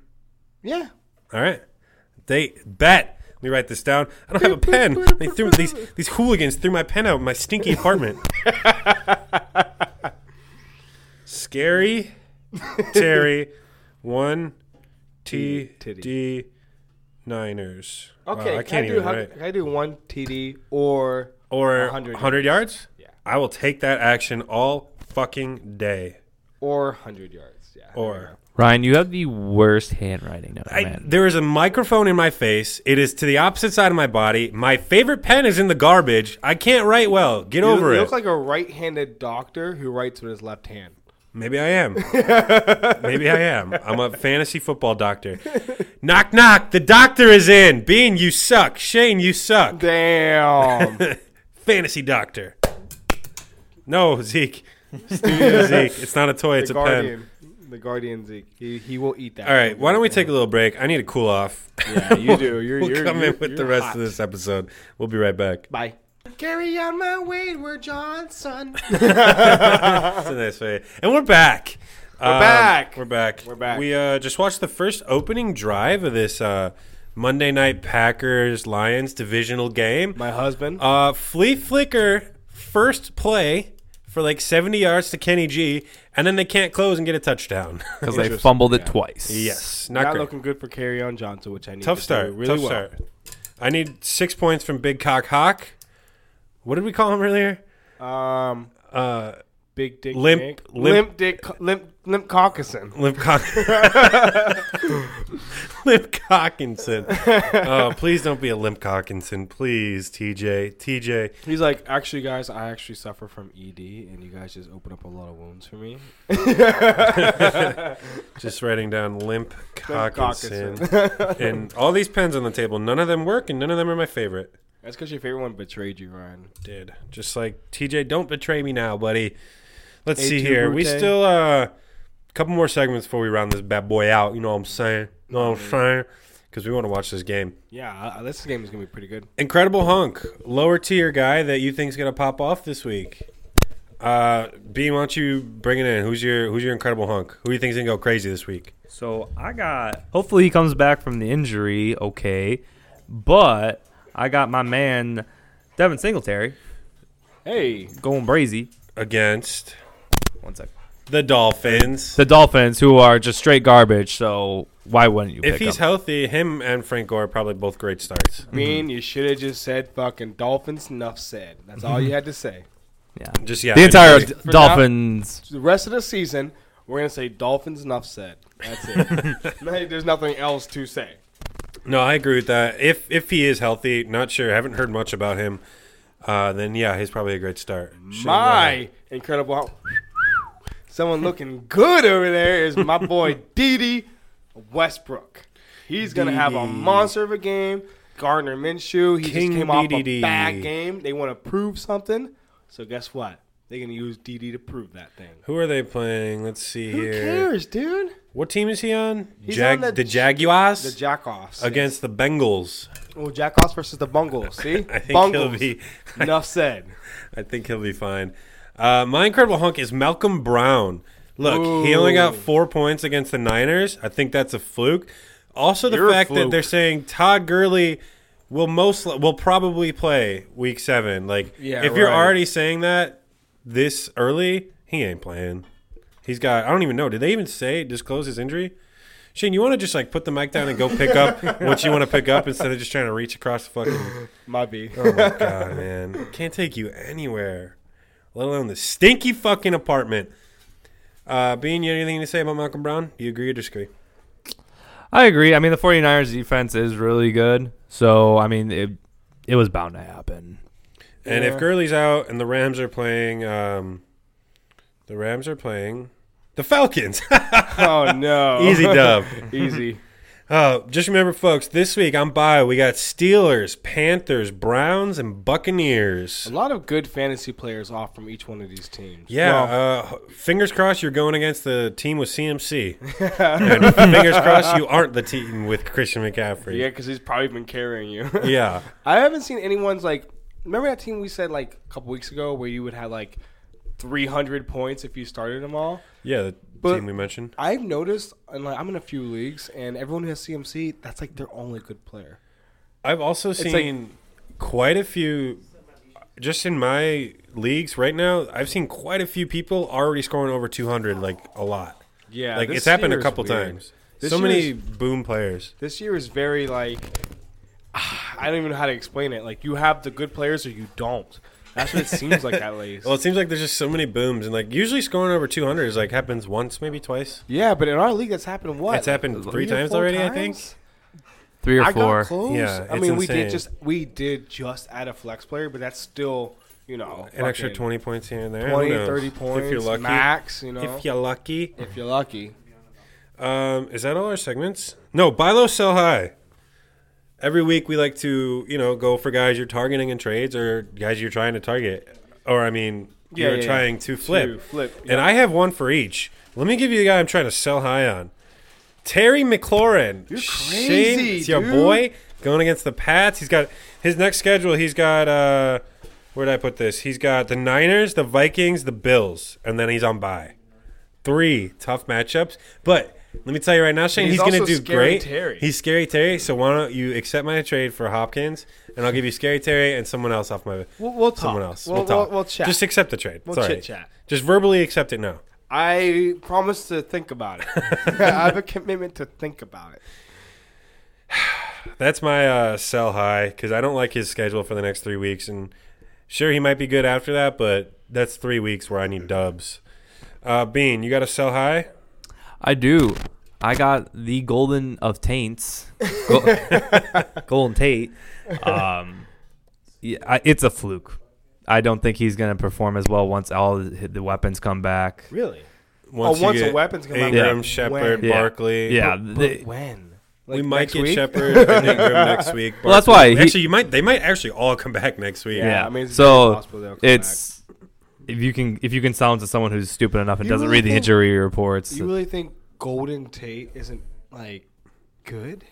S3: Yeah.
S1: All right. They bet. Let me write this down. I don't have a pen. They threw these these hooligans threw my pen out in my stinky apartment. Scary Terry one T
S3: Titty.
S1: D Niners. Wow,
S3: Okay.
S1: I
S3: can
S1: can't
S3: I do,
S1: even
S3: hun-
S1: write.
S3: Can I do one TD or
S1: Or
S3: 100
S1: 100, yards?
S3: Yeah.
S1: I will take that action all fucking day.
S3: or hundred yards? Yeah.
S1: Or
S2: Ryan, you have the worst handwriting known
S1: I,
S2: man.
S1: there is a microphone in my face. It is to the opposite side of my body. My favorite pen is in the garbage. I can't write well. Get
S3: You,
S1: over
S3: you
S1: it.
S3: look like a right-handed doctor who writes with his left hand.
S1: Maybe I am. Maybe I am. I'm a fantasy football doctor. knock, knock. The doctor is in. Bean, you suck. Shane, you suck.
S3: Damn.
S1: fantasy doctor. No, Zeke. Studio Zeke. It's not a toy. It's
S3: the
S1: a pen.
S3: guardian. The guardian Zeke. He, he will eat that.
S1: All right. Why don't we take a little break? I need to cool off.
S3: Yeah, you do. You're,
S1: We'll
S3: you're,
S1: come
S3: you're-
S1: in with the
S3: you're
S1: rest
S3: hot.
S1: of this episode. We'll be right back.
S3: Bye. Carry on my wayward Johnson.
S1: That's a nice way. And we're back. We're
S3: back.
S1: We're back.
S3: We're back.
S1: We uh, just watched the first opening drive of this uh, Monday night Packers Lions divisional game.
S3: my husband.
S1: Uh, flea flicker first play for like 70 yards to Kenny G, and then they can't close and get a touchdown.
S2: Because they fumbled it twice.
S1: yes, not,
S3: not
S1: great.
S3: looking good for Carry on Johnson, which I need
S1: tough
S3: to
S1: start.
S3: Do really
S1: tough
S3: well.
S1: start. I need six points from Big Cock Hawk. What did we call him earlier?
S3: Um,
S1: Uh,
S3: big dick,
S1: Limp-
S3: Nick.
S1: limp-
S3: limp dick, limp, limp Caucason.
S1: Limp Cock. Limp Cockinson. Oh, please don't be a Limp Cockinson. Please, TJ. TJ.
S3: He's like, actually, guys, I actually suffer from ED, and you guys just open up a lot of wounds for me.
S1: Just writing down Limp
S3: Cockinson.
S1: Cockinson. and all these pens on the table, none of them work, and none of them are my favorite.
S3: That's because your favorite one betrayed you, Ryan.
S1: Did. Just like, TJ, don't betray me now, buddy. Let's
S3: Hey,
S1: see
S3: two
S1: here. We
S3: Brute.
S1: still, uh, a couple more segments before we round this bad boy out. You know what I'm saying? You know what I'm saying? Because we want to watch this game.
S3: Yeah, uh, this game is gonna be pretty good.
S1: Incredible hunk, lower tier guy that you think's gonna pop off this week. Uh, Bean, why don't you bring it in? Who's your Who's your incredible hunk? Who do you think's gonna go crazy this week?
S2: So I got. Hopefully he comes back from the injury, okay. But I got my man Devin Singletary
S3: Hey,
S2: going brazy.
S1: Against
S2: One sec.
S1: the Dolphins.
S2: The Dolphins, who are just straight garbage, so why wouldn't you?
S1: If
S2: pick
S1: he's
S2: him?
S1: healthy, him and Frank Gore are probably both great starts.
S3: Bean, you should have just said fucking Dolphins. Enough said. That's all you had to say.
S2: yeah.
S1: Just yeah,
S2: the entire
S1: anybody.
S2: D- Dolphins.
S3: the rest of the season, we're gonna say Dolphins. Enough said. That's it. No, There's nothing else to say.
S1: No, I agree with that. If if he is healthy, not sure. Haven't heard much about him. Uh, then yeah, he's probably a great start. Shane Wright.
S3: My incredible. hom- Someone looking good over there is my boy Didi Westbrook. He's gonna have a
S1: Dede.
S3: monster of a game. Gardner Minshew. He
S1: King
S3: just came off a
S1: Dede.
S3: bad game. They want to prove something. So guess what? They're gonna use Didi to prove that thing.
S1: Who are they playing? Let's see
S3: Who
S1: here.
S3: cares, dude?
S1: What team is he on?
S3: He's
S1: Jag-
S3: on the
S1: the,
S3: J-
S1: Jaguars.
S3: The Jackoffs
S1: against the Bengals.
S3: Oh, Jackoffs versus the Bungles. See,
S1: I think
S3: Bungles.
S1: he'll be.
S3: Enough said.
S1: I think he'll be fine. Uh, my incredible hunk is Malcolm Brown. Look, he only got
S3: Ooh.
S1: four points against the Niners. I think that's a fluke. Also, the
S3: You're a
S1: fact that
S3: fluke.
S1: they're saying Todd Gurley will most li- will probably play Week Seven. Like,
S3: Yeah,
S1: if you're
S3: right.
S1: already saying that this early, he ain't playing. He's got. I don't even know. Did they even say disclose his injury? Shane, you want to just like put the mic down and go pick up what you want to pick up instead of just trying to reach across the fucking
S3: Might be.
S1: Oh my god, man! Can't take you anywhere, let alone the stinky fucking apartment. Uh, Bean, you have anything to say about Malcolm Brown? Do you agree or disagree?
S2: I agree. I mean, the 49ers defense is really good, so I mean, it it was bound to happen.
S1: And if
S3: Yeah.
S1: Gurley's out and the Rams are playing, um, the Rams are playing the Falcons.
S3: Oh no.
S1: Easy dub.
S3: Easy.
S1: Uh, just remember, folks, this week on bio we got Steelers, Panthers, Browns, and
S3: A
S1: Buccaneers.
S3: lot of good fantasy players off from each one of these teams.
S1: Yeah,
S3: Well,
S1: uh, fingers crossed you're going against the team with CMC. and fingers crossed you aren't the team with Christian McCaffrey.
S3: yeah, because he's probably been carrying you.
S1: Yeah.
S3: I haven't seen anyone's like remember that team we said like a couple weeks ago where you would have like 300 points if you started them all?
S1: Yeah, the
S3: But-
S1: team we mentioned.
S3: I've noticed, and like I'm in a few leagues, and everyone who has CMC, that's like their only good player.
S1: I've also
S3: like-
S1: seen quite a few. Just in my leagues right now, I've seen quite a few people already scoring over 200, like a lot.
S3: Yeah,
S1: like
S3: this
S1: it's happened a
S3: year is
S1: couple
S3: weird.
S1: times.
S3: This
S1: so
S3: year
S1: many
S3: is-
S1: boom players.
S3: This year is very like I don't even know how to explain it. Like you have the good players or you don't. That's what it seems like at least.
S1: Well, it seems like there's just so many booms, and like usually scoring over 200 is like happens once, maybe twice.
S3: yeah, but in our league, that's happened what?
S1: It's happened three
S3: or
S1: times
S3: four
S1: already, I think.
S3: times?
S2: Three or
S3: I
S2: four.
S3: got close.
S1: Yeah,
S3: I
S1: it's
S3: mean, we
S1: insane.
S3: did just we did just add a flex player, but that's still you know
S1: An extra
S3: fucking
S1: 20 points here and there. Who
S3: 20,
S1: knows?
S3: 30 points
S1: If you're lucky.
S3: max. You know,
S1: If you're lucky.
S3: if you're lucky.
S1: Um, is that all our segments? No, buy low, sell high. Every week we like to, you know, go for guys you're targeting in trades or guys you're trying to target. Or, I mean,
S3: Yeah,
S1: you're
S3: yeah,
S1: trying to flip.
S3: To flip, yeah.
S1: And I have one for each. Let me give you the guy I'm trying to sell high on. Terry McLaurin. You're
S3: crazy,
S1: it's your
S3: dude.
S1: boy going against the Pats. He's got his next schedule. He's got uh, where did I put this? He's got the Niners, the Vikings, the Bills, and then he's on bye. Three tough matchups, but let me tell you right now, Shane,
S3: He's
S1: he's, going to
S3: also
S1: do
S3: Scary
S1: great.
S3: Terry.
S1: He's scary Terry. So why don't you accept my trade for Hopkins, and I'll give you scary Terry and someone else off my
S3: We'll, we'll talk.
S1: someone else.
S3: We'll,
S1: We'll talk.
S3: We'll, we'll chat.
S1: Just accept the trade.
S3: We'll
S1: Sorry.
S3: chit-chat.
S1: Just verbally accept it now.
S3: I promise to think about it. I have a commitment to think about it.
S1: That's my uh, sell high because I don't like his schedule for the next three weeks. And sure, he might be good after that, but that's three weeks where I need dubs. Uh, Bean, you got to sell high.
S2: I do. I got the golden of taints, Go- golden Tate. Um, yeah, I, it's a fluke. I don't think he's going to perform as well once all the the weapons come back.
S3: Really?
S1: Once,
S3: Oh, once
S1: you
S3: a
S1: get
S3: weapon's come out,
S1: Ingram,
S3: when?
S1: Shepard,
S2: Yeah.
S1: Barkley.
S2: Yeah, they-
S3: when?
S1: we might
S3: next
S1: get
S3: week?
S1: Shepard and Ingram next week.
S2: Well, that's
S1: Barkley.
S2: why he-
S1: actually, you might. They might actually all come back next week.
S3: Yeah,
S2: yeah.
S3: I mean, it's very
S2: so
S3: possible they'll come
S2: it's if you can if you can sound to someone who's stupid enough and
S3: You
S2: doesn't
S3: really
S2: read the
S3: think-
S2: injury reports.
S3: You really think Golden Tate isn't like good,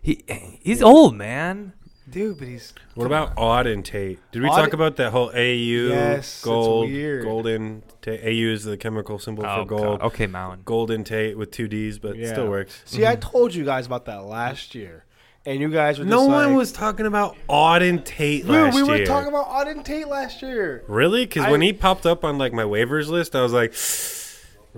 S2: he he's old man.
S3: dude? But he's
S1: What about Odd and Tate? Did we
S3: Auden-
S1: talk about that whole AU
S3: Yes, it's
S1: gold
S3: weird.
S1: golden? Ta- AU is the chemical symbol
S2: Oh,
S1: for gold.
S2: God. Okay, Mountain.
S1: Golden Tate with two D's, but
S3: Yeah.
S1: still works.
S3: See, I told you guys about that last year, and you guys were just
S1: No one
S3: like,
S1: was talking about Auden Tate
S3: Dude,
S1: last
S3: we were
S1: year.
S3: talking about Auden Tate last year.
S1: really? Because when
S3: I-
S1: he popped up on like my waivers list, I was like,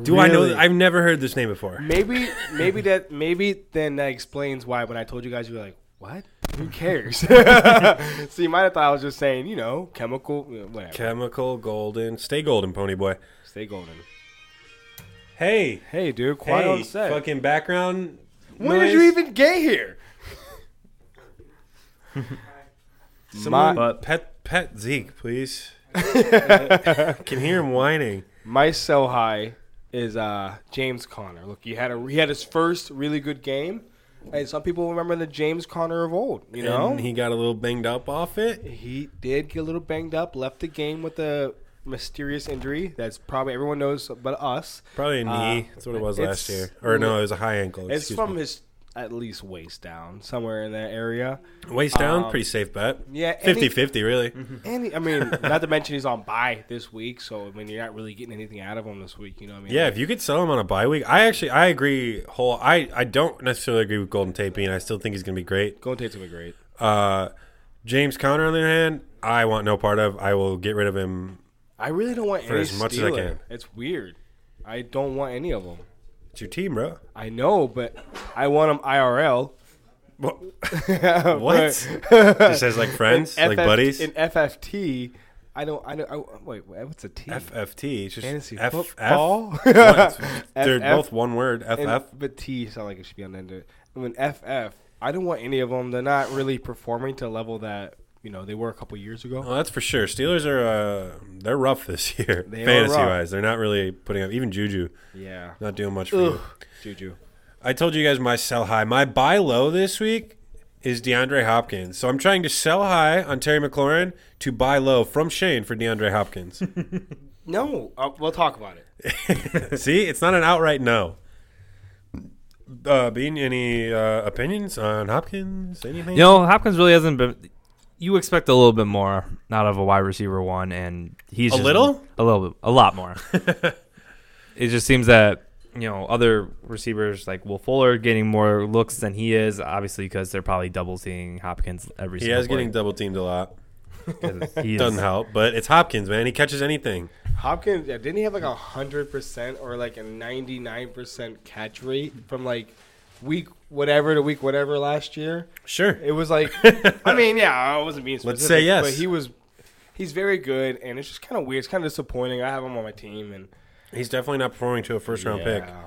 S1: "Do I know?
S3: Really?
S1: th- I've never heard this name before."
S3: Maybe, maybe that, maybe then that explains why when I told you guys, you were like, "What? Who cares?" so you might have thought I was just saying, you know, chemical, you know, whatever.
S1: Chemical Golden, stay golden, Pony Boy.
S3: Stay golden.
S1: Hey,
S3: Hey, dude, quiet
S1: hey,
S3: on set.
S1: fucking background.
S3: when
S1: noise.
S3: did you even get here?
S1: Someone
S3: My-
S1: pet pet Zeke, please. Can hear him whining.
S3: My sell high is uh, James Conner. Look, he had a he had his first really good game, and some people remember the James Conner of old. You know,
S1: And
S3: he,
S1: he got a little banged up off it.
S3: did get a little banged up, left the game with a mysterious injury that's probably everyone knows but us.
S1: Probably a knee.
S3: Uh,
S1: That's what it was last
S3: it's-
S1: year. Or no, it was a high ankle.
S3: It's
S1: excuse
S3: from
S1: me.
S3: his at least waist down, somewhere in that area.
S1: waist down.
S3: um,
S1: pretty safe bet.
S3: yeah, any- Mm-hmm.
S1: 50 50, really.
S3: And he- I mean, not to mention he's on bye this week, so I mean you're not really getting anything out of him this week. You know what I mean?
S1: Yeah, if you could sell him on a bye week, I actually I agree whole. I I don't necessarily agree with Golden Tate being. I still think he's going to be great.
S3: Golden Tate's gonna be great.
S1: Uh, James Conner on the other hand, I want no part of. I will get rid of him.
S3: I really don't want
S1: For
S3: any
S1: as much as I
S3: stealing.
S1: can.
S3: It's weird. I don't want any of them.
S1: It's your team, bro.
S3: I know, but I want them IRL.
S1: What?
S3: But
S1: Just as like friends, like
S3: FF
S1: buddies.
S3: in FFT. I don't. I don't. I, wait, wait, what's a T?
S1: FFT. It's just
S3: Fantasy
S1: F-
S3: football?
S1: F- what? They're
S3: FF.
S1: both one word. FF.
S3: and, But T sound like it should be on the end of it. And when FF, I don't want any of them. They're not really performing to a level that you know they were a couple years ago.
S1: Well, that's for sure. Steelers are uh, they're rough this year,
S3: They are
S1: fantasy
S3: rough.
S1: wise. They're not really putting up. Even Juju,
S3: yeah.
S1: not doing much for
S3: Ugh.
S1: you.
S3: Juju.
S1: I told you guys my sell high. My buy low this week is DeAndre Hopkins. So I'm trying to sell high on Terry McLaurin to buy low from Shane for DeAndre Hopkins.
S3: No, uh, we'll talk about it.
S1: See, it's not an outright no. Uh, being any uh, opinions on Hopkins? Anything?
S2: You know, Hopkins really hasn't been. you expect a little bit more out of a wide receiver one, and he's
S1: A
S2: just-
S1: little?
S2: a little bit, a lot more. it just seems that you know other receivers like Will Fuller are getting more looks than he is, obviously because they're probably double teaming Hopkins every.
S1: He
S2: single
S1: is getting
S2: play,
S1: double teamed a lot.
S2: 'cause he is-
S1: Doesn't help, but it's Hopkins, man. He catches anything.
S3: Hopkins, yeah, didn't he have like a hundred percent or like a ninety nine percent catch rate from like week whatever to week whatever last year?
S1: Sure.
S3: It was like, I mean, yeah, I wasn't being specific.
S1: Let's say yes.
S3: but he was. He's very good, and it's just kind of weird. It's kind of disappointing. I have him on my team, and
S1: He's definitely not performing to a first round pick.
S3: yeah,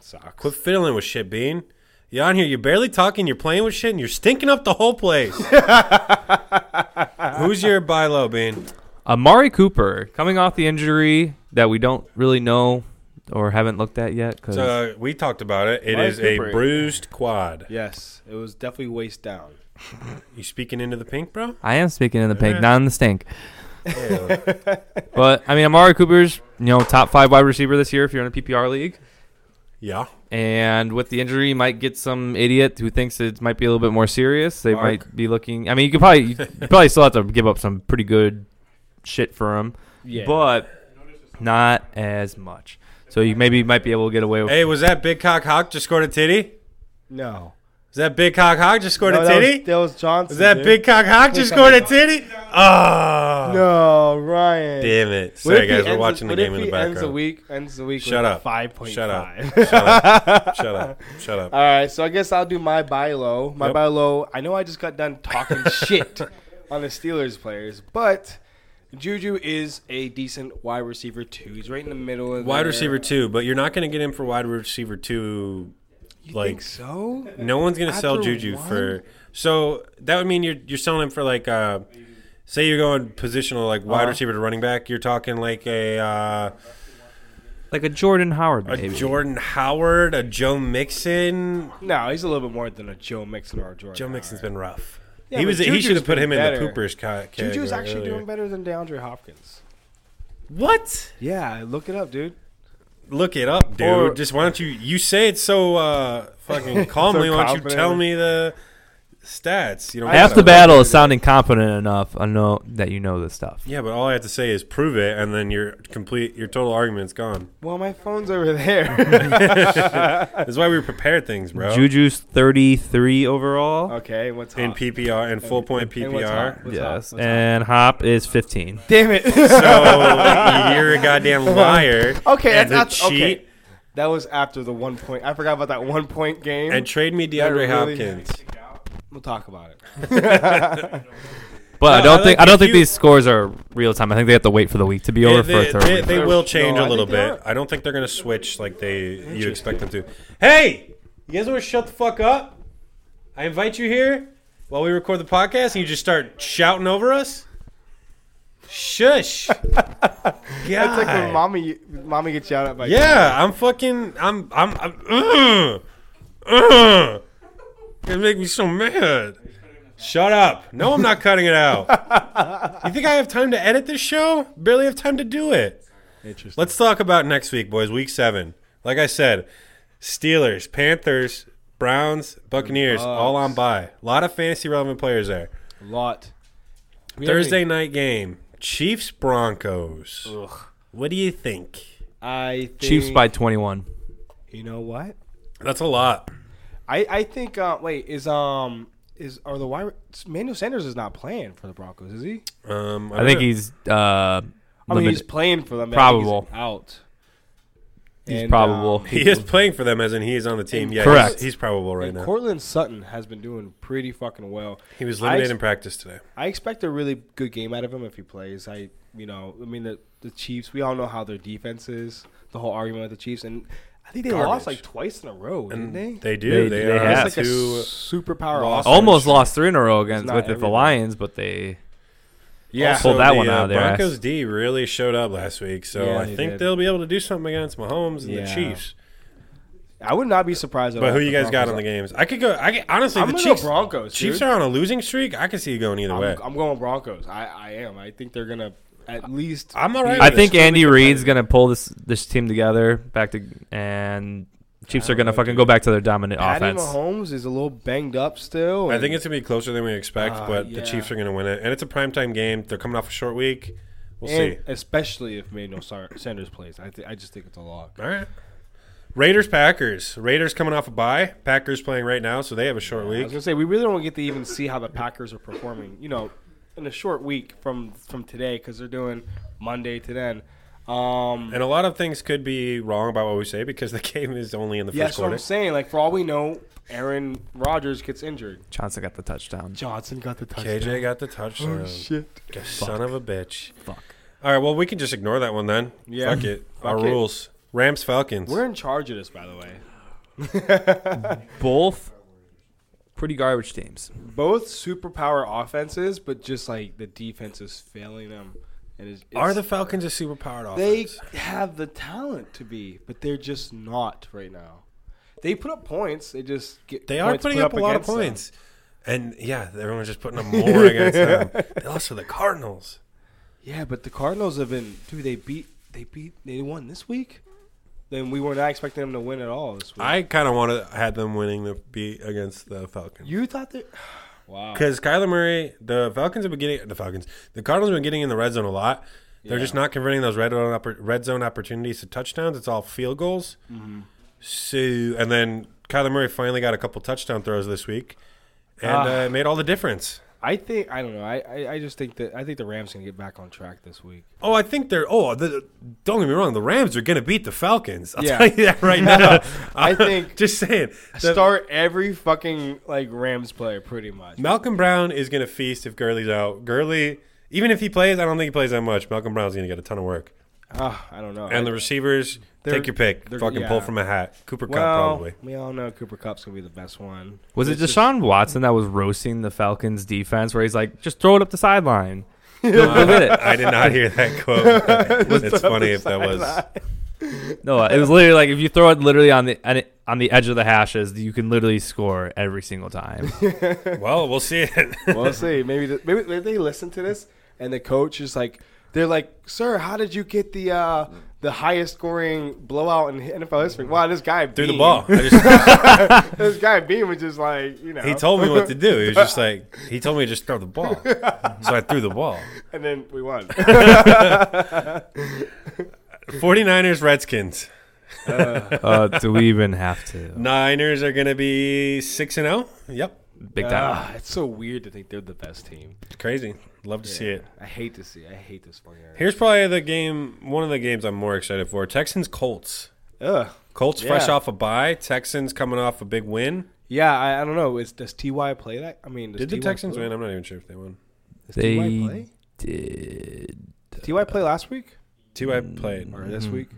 S3: Sucks.
S1: Quit fiddling with shit, Bean. You're on here, you're barely talking, you're playing with shit, and you're stinking up the whole place. Who's your buy low, Bean?
S2: Amari Cooper coming off the injury that we don't really know or haven't looked at yet. 'cause-
S1: So, we talked about it. It
S3: Amari
S1: is
S3: Cooper.
S1: a bruised quad.
S3: Yes, it was definitely waist down.
S1: You speaking into the pink, bro?
S2: I am speaking in the pink,
S1: Yeah.
S2: not in the stink.
S1: Ew.
S2: But I mean, Amari Cooper's you know top five wide receiver this year if you're in a PPR league,
S1: yeah.
S2: and with the injury, you might get some idiot who thinks it might be a little bit more serious. They
S3: Mark.
S2: might be looking. I mean, you could probably you probably still have to give up some pretty good shit for him,
S3: Yeah,
S2: but not as much. So you maybe might be able to get away with.
S1: Hey, was that Big Cock Hawk just scored a titty?
S3: no.
S1: Is that Big Cock Hawk just scored
S3: No,
S1: a
S3: that
S1: titty?
S3: was, that was Johnson.
S1: Is that
S3: dude.
S1: Big Cock Hawk just
S3: Click on
S1: scored a titty? Oh.
S3: No, Ryan.
S1: Damn it.
S3: What if
S1: Sorry,
S3: he
S1: guys.
S3: ends
S1: We're watching the
S3: what if
S1: game in
S3: he
S1: the
S3: Ends the
S1: background.
S3: week. Ends the week.
S1: Shut
S3: with
S1: up.
S3: Five point
S1: Shut up.
S3: five.
S1: Shut up. Shut up. Shut up.
S3: All right, so I guess I'll do my buy low. My
S1: Yep.
S3: buy low. I know I just got done talking shit on the Steelers players, but Juju is a decent wide receiver too. He's right in the middle. Of
S1: Wide
S3: there.
S1: receiver two, but you're not going to get him for wide receiver two.
S3: You
S1: like-
S3: think so?
S1: No one's going to sell
S3: After
S1: Juju
S3: one?
S1: for. So that would mean you're you're selling him for like, uh, say you're going positional like wide
S3: Uh-huh.
S1: receiver to running back. You're talking like a uh,
S2: Like a Jordan Howard,
S1: a
S2: maybe.
S1: Jordan Howard, a Joe Mixon.
S3: No, he's a little bit more than a Joe Mixon or a Jordan.
S1: Joe
S3: Howard.
S1: Mixon's been rough.
S3: Yeah,
S1: he
S3: but
S1: was he
S3: Juju's
S1: should have put
S3: been
S1: him in
S3: better.
S1: the poopers ca- category.
S3: Juju's actually
S1: earlier.
S3: doing better than DeAndre Hopkins.
S1: what?
S3: Yeah, look it up, dude.
S1: Look it up, dude.
S3: Or-
S1: Just why don't you you say it so uh fucking calmly? why don't you
S3: confidently.
S1: tell me the stats? You know
S2: Half the
S1: gotta-
S2: battle is sounding confident enough. I know that you know this stuff.
S1: Yeah, but all I have to say is prove it, and then your complete your total argument's gone.
S3: Well, my phone's over there.
S1: That's why we prepare things, bro.
S2: Juju's 33 overall.
S3: okay, what's
S1: in
S3: hot?
S1: PPR and full point
S3: And what's hot?
S1: PPR.
S3: What's hot?
S2: yes,
S3: What's hot?
S2: and Hop is 15.
S3: Damn it.
S1: So you're a goddamn liar.
S3: Okay,
S1: and
S3: that's, that's
S1: a cheat.
S3: okay. That was after the one point. I forgot about that one point game.
S1: And trade me DeAndre
S3: That really-
S1: Hopkins.
S3: we'll talk about it.
S2: But I
S1: No,
S2: don't
S1: I
S2: think
S1: like
S2: I don't
S1: if
S2: think
S1: you-
S2: these scores are real time. I think they have to wait for the week to be over
S1: They,
S2: for a
S1: they- they-
S2: third.
S1: they
S2: week.
S1: will change
S3: No, I
S1: a little
S3: think they
S1: bit.
S3: are.
S1: I don't think they're gonna switch like they you expect them to. Hey, you guys want to shut the fuck up? I invite you here while we record the podcast, and you just start shouting over us. Shush!
S3: It's like when
S1: God.
S3: mommy, mommy gets yelled at by.
S1: yeah, I'm fucking. I'm. I'm. I'm ugh, ugh. It make me so mad. Shut up! No, I'm not cutting it out. You think I have time to edit this show? Barely have time to do it.
S3: Interesting.
S1: Let's talk about next week, boys. Week seven. Like I said, Steelers, Panthers, Browns, Buccaneers, all on bye. A lot of fantasy relevant players there.
S3: A lot. We have
S1: Thursday
S3: any-
S1: night game, Chiefs, Broncos.
S3: Ugh.
S1: What do you think?
S3: I think,
S2: Chiefs by 21.
S3: You know what?
S1: That's a lot.
S3: I I think. Uh, wait, is um is are the wide Manuel Sanders is not playing for the Broncos, is he?
S1: Um,
S2: I think he's uh,
S3: I mean, he's
S2: limited.
S3: playing for them. but I think he's
S2: Probable.
S3: out.
S2: He's
S3: And,
S2: probable.
S3: um,
S1: he is playing for them, as in he is on the team. Yeah,
S2: Correct.
S1: He's, he's probable right
S3: and
S1: now.
S3: Cortland Sutton has been doing pretty fucking well.
S1: He was
S3: I
S1: limited
S3: ex-
S1: in practice today.
S3: I expect a really good game out of him if he plays. I, you know, I mean the the Chiefs. We all know how their defense is. The whole argument with the Chiefs, and I think they lost
S1: Garbage.
S3: like twice in a row, didn't they?
S1: They do. They,
S2: They- they
S1: are
S2: have.
S3: It's like a
S1: two.
S3: superpower
S1: lost-
S3: loss.
S2: almost lost three in a row against
S3: not
S2: with the
S3: everything.
S2: Lions, but they
S3: Yeah,
S2: Also- Pulled that one out of their ass.
S1: uh, Broncos D really showed up last week, so
S3: Yeah,
S1: I
S3: they
S1: think
S3: did.
S1: they'll be able to do something against Mahomes and the
S3: Yeah.
S1: Chiefs.
S3: I would not be surprised. at
S1: But
S3: all
S1: who
S3: if
S1: you guys got on the
S3: Broncos
S1: games? I could go. I could, honestly,
S3: are- I'm
S1: the
S3: gonna
S1: Chiefs.
S3: go Broncos.
S1: Chiefs
S3: dude.
S1: are on a losing streak. I could see you going either way.
S3: I'm, I'm going Broncos. I, I am. I think they're gonna at least.
S1: I'm all right
S3: be-
S1: Yeah,
S2: I
S1: it's
S2: think
S1: really
S2: Andy
S1: competitive.
S2: Reid's gonna pull this this team together back to and Chiefs
S3: I
S2: are going to
S3: don't know,
S2: fucking
S3: dude.
S2: go back to their dominant
S3: Patty
S2: offense.
S3: Mahomes is a little banged up still.
S1: I
S3: and
S1: think it's gonna be closer than we expect,
S3: Ah,
S1: but
S3: yeah.
S1: the Chiefs are gonna win it, and it's a primetime game. They're coming off a short week. We'll
S3: and
S1: see.
S3: especially if Manuel Sar- Sanders plays. I, th- I just think it's a lock.
S1: All right. Raiders Packers. Raiders coming off a bye. Packers playing right now, so they have a short
S3: I was
S1: week.
S3: gonna say we really don't get to even see how the Packers are performing. You know, in a short week from from today because they're doing Monday to then. Um,
S1: And a lot of things could be wrong about what we say because the game is only in the
S3: yeah,
S1: first
S3: that's what
S1: quarter.
S3: I'm saying. Like for all we know, Aaron Rodgers gets injured.
S2: Johnson got the touchdown.
S3: Johnson got the touchdown. Oh,
S1: KJ got the touchdown.
S3: shit.
S1: You Son of a bitch.
S2: Fuck.
S1: All right, well, we can just ignore that one then.
S3: Yeah.
S1: Fuck it.
S3: Fuck
S1: Our
S3: it.
S1: rules. Rams Falcons.
S3: We're in charge of this, by the way.
S2: Both pretty garbage teams.
S3: Both superpower offenses, but just like the defense is failing them. And it's, it's-
S1: Are the Falcons a superpowered
S3: They
S1: offense?
S3: have the talent to be, but they're just not right now. They put up points. They just get.
S1: They are
S3: points
S1: putting
S3: put
S1: up, a lot of
S3: against them.
S1: points. And yeah, everyone's just putting up more against them. They lost to the Cardinals.
S3: Yeah, but the Cardinals have been. Dude, they beat. They beat. They won this week. Then we were not expecting them to win at all this week.
S1: I kind of wanted had them winning the beat against the Falcons.
S3: you thought that? Wow.
S1: Because Kyler Murray, the Falcons have been getting the Falcons, the Cardinals have been getting in the red zone a lot. They're
S3: Yeah.
S1: just not converting those red zone oppor- red zone opportunities to touchdowns. It's all field goals.
S3: Mm-hmm.
S1: So and then Kyler Murray finally got a couple touchdown throws this week, and
S3: Ah.
S1: uh, it made all the difference.
S3: I think I don't know. I, I I just think that I think the Rams gonna get back on track this week.
S1: Oh, I think they're. Oh, the, don't get me wrong. The Rams are going to beat the Falcons. I'll
S3: Yeah.
S1: tell you that right now. Uh,
S3: I think-
S1: just saying. The-
S3: Start every fucking like Rams player pretty much.
S1: Malcolm Brown is going to feast if Gurley's out. Gurley, even if he plays, I don't think he plays that much. Malcolm Brown's going to get a ton of work.
S3: Ah, I don't know.
S1: And the receivers,
S3: They're-
S1: take your pick.
S3: they're-
S1: Fucking
S3: yeah.
S1: pull from a hat. Cooper
S3: well,
S1: Cup, probably.
S3: we all know Cooper Cup's gonna be the best one.
S2: Was it
S3: It's just-
S2: Deshaun Watson that was roasting the Falcons defense where he's like, just throw it up the sideline? Go get it.
S1: I did not hear that quote. it's funny if that was.
S2: No, it was literally like if you throw it literally on the on it- on the edge of the hashes, you can literally score every single time.
S1: Well, we'll see it.
S3: we'll see. Maybe the, maybe maybe they listen to this, and the coach is like, they're like, "Sir, how did you get the uh, the highest scoring blowout in NFL history?" Wow, this guy
S1: Threw the
S3: Beam-
S1: ball. I just-
S3: this guy Beam was just like, you know,
S1: he told me what to do. He was just like, he told me to just throw the ball. So I threw the ball.
S3: and then we won.
S1: 49ers, Redskins.
S2: Uh, do we even have to?
S1: Niners are going to be 6 and 0. Yep.
S2: Big time.
S3: Ah, it's so weird to think they're the best team.
S1: It's crazy. Love to see it.
S3: I hate to see. I hate this fucking. Area.
S1: Here's probably the game, one of the games I'm more excited for Texans, Colts.
S3: Ugh.
S1: Colts fresh
S3: Yeah.
S1: off a bye. Texans coming off a big win.
S3: Yeah, I, I don't know. Is, does Ty play that? I mean, does
S1: Did the
S3: TY
S1: Texans
S3: play?
S1: win? I'm not even sure if they won.
S3: Does Ty
S2: They
S3: play?
S2: did.
S3: Ty play last week
S1: Ty
S3: Hmm.
S1: played.
S3: or
S2: Mm-hmm.
S3: this week?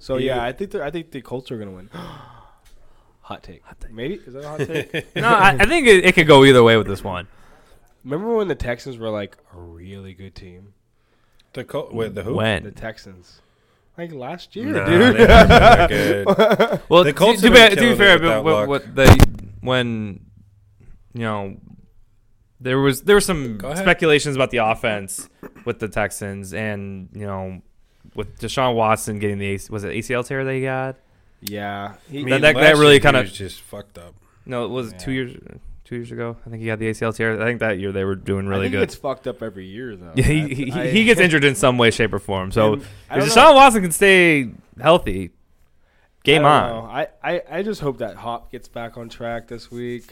S3: So
S1: He-
S3: yeah, I think they're- I think the Colts are gonna win. hot take. Hot take. Maybe is that a hot take?
S2: No, I, I think it, it could go either way with this one.
S3: Remember when the Texans were like a really good team?
S1: The Col- wait, the who?
S3: The
S2: When?
S3: Texans, like last year,
S1: Nah,
S3: dude.
S1: they're not good.
S2: Well,
S1: The
S2: t-
S1: Colts
S2: to,
S1: have
S2: be,
S1: been
S2: to be
S1: killing it
S2: fair,
S1: with that
S2: but what,
S1: luck.
S2: what they when you know there was there were some
S1: Go ahead.
S2: speculations about the offense with the Texans, and you know with Deshaun Watson getting the AC was it ACL tear they got?
S3: Yeah,
S1: I
S3: he,
S1: mean,
S2: That- that-
S1: last
S2: that really
S1: year he
S2: kinda-
S1: was just fucked up.
S2: No, it was two
S3: Yeah.
S2: years two years ago. I think he got the ACL tear. I think that year they were doing
S3: I
S2: really
S3: think
S2: good.
S3: It's fucked up every year though.
S2: Yeah, he,
S3: I-
S2: he,
S3: I-
S2: he gets injured in some way, shape, or form. So
S3: And
S2: if
S3: I don't
S2: Deshaun
S3: know.
S2: Watson can stay healthy, game
S3: I
S2: on.
S3: don't know. I, I, I just hope that Hop gets back on track this week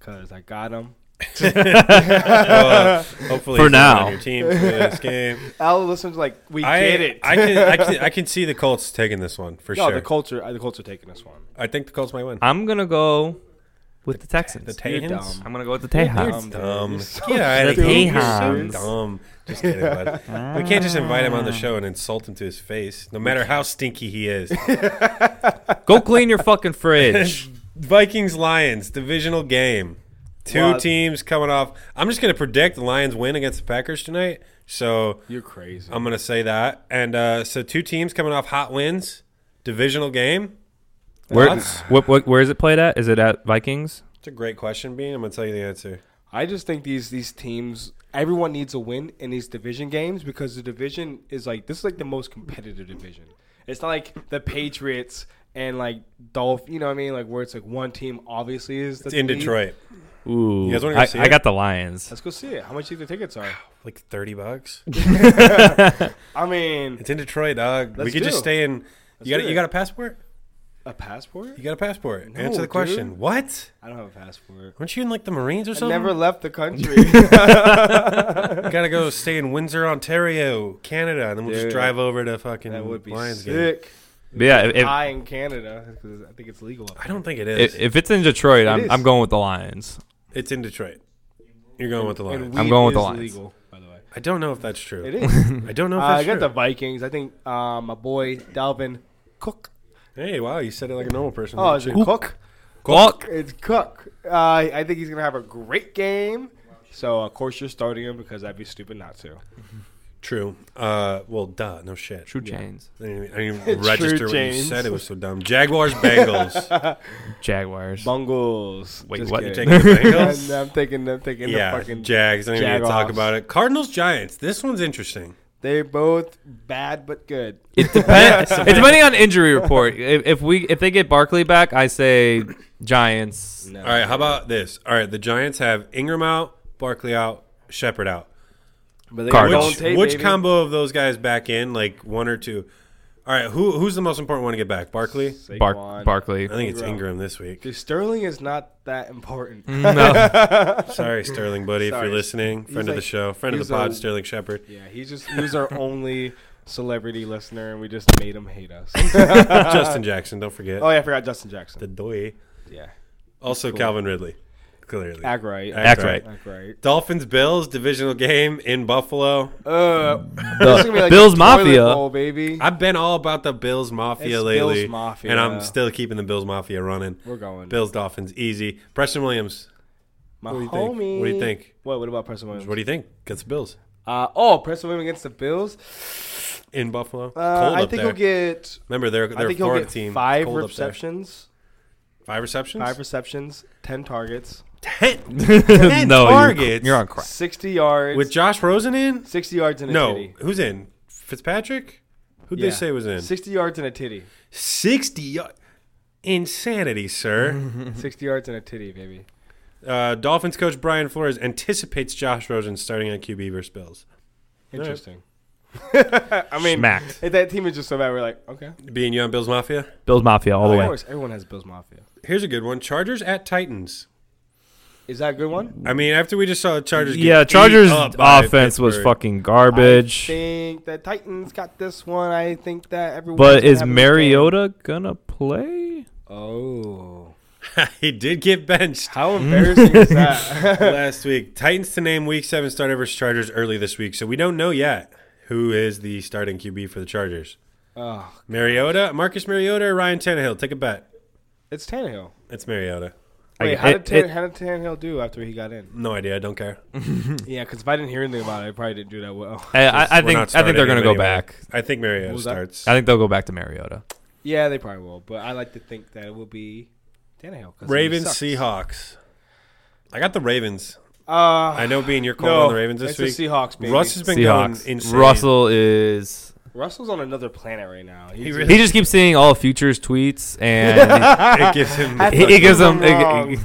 S3: because I got him.
S1: Well, hopefully,
S2: For
S1: he's not
S2: now.
S1: on your team for this game.
S3: Al listens like we
S1: I,
S3: get it.
S1: I can, I can, I can see the Colts taking this one for
S3: no,
S1: sure.
S3: the culture, the culture taking this one.
S1: I think the Colts might win.
S2: I'm gonna go with the Texans.
S1: The
S3: You're
S1: Titans.
S3: dumb.
S2: I'm gonna go with the
S3: You're
S2: Tejas.
S3: dumb, dude.
S1: Dumb.
S3: You're so
S1: Get out of
S2: The
S1: here. You're so
S2: Tejans.
S1: dumb. Just kidding, bud. We can't just invite him on the show and insult him to his face, no matter how stinky he is.
S2: Go clean your fucking fridge.
S1: Vikings Lions divisional game. Two
S3: Well, I-
S1: teams coming off. I'm just going to predict the Lions win against the Packers tonight. So
S3: You're crazy.
S1: I'm going to say that. And uh, so two teams coming off hot wins, divisional game.
S2: where,
S1: Thoughts?
S2: what, what, where is it played at? Is it at Vikings?
S1: It's a great question, Bean. I'm going to tell you the answer.
S3: I just think these these teams, everyone needs a win in these division games because the division is like this is like the most competitive division. It's not like the Patriots and like Dolph, you know what I mean? Like where it's like one team obviously is the
S1: It's in
S3: lead.
S1: Detroit.
S2: Ooh,
S1: You guys wanna go
S2: I,
S1: see
S2: I
S1: it?
S2: got the Lions.
S3: Let's go see it. How much do you think the tickets are?
S1: Like thirty bucks.
S3: I mean,
S1: It's in Detroit, dog. we
S3: Let's
S1: could just
S3: do.
S1: stay in.
S3: Let's
S1: You got
S3: do
S1: a- you
S3: it.
S1: got a passport?
S3: a passport?
S1: You got a passport?
S3: No,
S1: Answer the
S3: dude.
S1: question. What?
S3: I don't have a passport.
S1: Aren't you in like the Marines or
S3: I
S1: something?
S3: never left the country.
S1: You gotta go stay in Windsor, Ontario, Canada, and then we'll just
S3: Dude.
S1: drive over to fucking
S3: that would be
S1: Lions game.
S3: sick.
S2: But yeah, if,
S3: I in Canada because I think it's legal. Up
S1: I don't think it is.
S2: if, if it's in Detroit, I'm,
S3: is.
S2: I'm going with the Lions.
S1: it's in Detroit. You're going with the
S3: there.
S1: Lions.
S2: I'm going with the
S3: is
S2: Lions.
S3: Legal, by the way.
S1: I don't know if that's true.
S3: It is.
S1: I don't know if
S3: Uh, I
S1: that's
S3: got
S1: true.
S3: the Vikings. I think uh, my boy Dalvin Cook.
S1: hey, wow, you said it like a normal person.
S3: Oh, is
S1: didn't
S3: it
S1: you?
S3: Cook?
S2: Fuck.
S3: It's Cook. Uh, I think he's gonna have a great game. So of course you're starting him because I'd be stupid not to.
S1: True. Uh, well, duh, no shit.
S2: True chains.
S1: I didn't even, I didn't even
S3: True
S1: register what you
S3: James.
S1: said. It was so dumb. Jaguars, Bengals.
S2: Jaguars.
S3: Bungles.
S2: Wait,
S3: Just
S2: what?
S1: you
S3: kidding.
S1: taking the Bengals?
S3: And I'm taking. I'm taking the
S1: yeah,
S3: fucking.
S1: Jags. I don't even need to talk
S3: Jagoffs.
S1: about it. Cardinals, Giants. This one's interesting.
S3: They both bad but good.
S2: It depends. it depending on injury report. If, if we if they get Barkley back, I say Giants.
S3: No.
S1: All right, how about this? All right, the Giants have Ingram out, Barkley out, Shepard out.
S3: But they
S2: Cardinals.
S1: Which,
S3: don't take,
S1: which
S3: baby.
S1: combo of those guys back in? Like one or two? All right, who who's the most important one to get back? Barkley?
S2: Bark
S3: Saquon.
S2: Barkley.
S1: I think it's
S3: Ingram.
S1: Ingram this week.
S3: Dude, Sterling is not that important.
S1: Mm.
S2: No.
S1: Sorry, Sterling, buddy, if
S3: Sorry.
S1: you're listening. Friend of the
S3: like-
S1: show, friend of
S3: he's um,
S1: the pod,
S3: a-
S1: Sterling Shepard.
S3: Yeah, he's just he was our only celebrity listener, and we just made him hate us.
S1: Justin Jackson, don't forget.
S3: oh yeah, I forgot Justin Jackson.
S1: The doy.
S3: yeah,
S1: Also
S3: Cool.
S1: Calvin Ridley, clearly.
S3: Agright.
S1: Act
S2: right.
S3: Agright.
S1: Dolphins, Bills, divisional game in Buffalo.
S3: Uh,
S2: The
S3: this is gonna be like
S2: Bills
S3: a toilet
S2: Mafia.
S3: bowl, baby.
S1: I've been all about the Bills Mafia
S3: It's
S1: lately.
S3: Bills Mafia.
S1: And I'm still keeping the Bills Mafia running.
S3: We're going.
S1: Bills, Dolphins, easy. Preston Williams,
S3: My
S1: what do you think?
S3: homie.
S1: What do you think?
S3: What? What about Preston Williams?
S1: What do you think? Gets the Bills
S3: uh, oh, Preston Williams against the Bills.
S1: in Buffalo. It's
S3: Uh,
S1: cold
S3: I
S1: up
S3: think
S1: there.
S3: he'll get.
S1: Remember, they're
S3: I
S1: they're a
S3: think he'll
S1: Florida
S3: get
S1: team. It's
S3: five
S1: cold up there.
S3: receptions.
S1: Five receptions.
S3: Five receptions. Ten targets.
S1: Ten.
S2: no. you're-
S1: targets.
S2: You're on crack.
S3: Sixty yards.
S1: With Josh Rosen in?
S3: sixty yards in a
S1: No,
S3: titty.
S1: who's in? Fitzpatrick. Who'd
S3: Yeah.
S1: they say was in?
S3: Sixty yards in a titty.
S1: Sixty. y- Insanity, sir.
S3: Mm-hmm. Sixty yards in a titty, baby.
S1: uh, Dolphins coach Brian Flores anticipates Josh Rosen starting at QB versus Bills.
S3: Interesting. I mean,
S2: Smacked.
S3: if that team is just so bad, we're like, okay.
S1: Being you on Bills Mafia.
S2: Bills Mafia all the
S3: of
S2: way.
S3: course, everyone has Bills Mafia.
S1: Here's a good one: Chargers at Titans.
S3: Is that a good one?
S1: I mean, after we just saw the Chargers, get
S2: Yeah,
S1: beat
S2: Chargers
S1: up by
S2: offense was
S1: Pittsburgh.
S2: fucking
S3: I
S2: garbage.
S3: think the Titans got this one. I think that everyone.
S2: But is Mariota gonna play?
S3: Oh,
S1: he did get benched.
S3: how embarrassing is that?
S1: last week. Titans to name Week Seven starter versus Chargers early this week, so we don't know yet who is the starting QB for the Chargers.
S3: oh,
S1: Mariota, Marcus Mariota, or Ryan Tannehill. Take a bet.
S3: it's Tannehill.
S1: It's Mariota.
S2: I-
S3: Wait, how,
S2: it-
S3: did Tan-
S2: it-
S3: how did Tannehill do after he got in?
S1: No idea. I don't care.
S3: Yeah, because if I didn't hear anything about it, I probably didn't do that well.
S2: I, I, I
S1: We're
S2: think
S1: not
S2: I think
S1: starting
S2: they're gonna
S1: him
S2: go
S1: anyway.
S2: back.
S1: I think Mariota
S3: What was that?
S1: starts.
S2: I think they'll go back to Mariota.
S3: Yeah, they probably will. But I like to think that it will be Tannehill. 'cause he
S1: Ravens,
S3: sucks.
S1: Seahawks. I got the Ravens.
S3: Uh,
S1: I know being your call
S3: no,
S1: on the Ravens this
S3: it's
S1: week.
S3: The Seahawks, baby.
S1: Russ has been
S2: Seahawks.
S1: going insane.
S2: Russell is.
S3: Russell's on another planet right now. He's
S1: really
S2: He just keeps seeing all futures tweets, and
S1: it gives him.
S3: I
S2: he,
S3: think-
S2: he gives
S3: I'm
S2: them.
S1: Oh,
S3: wrong.
S2: it-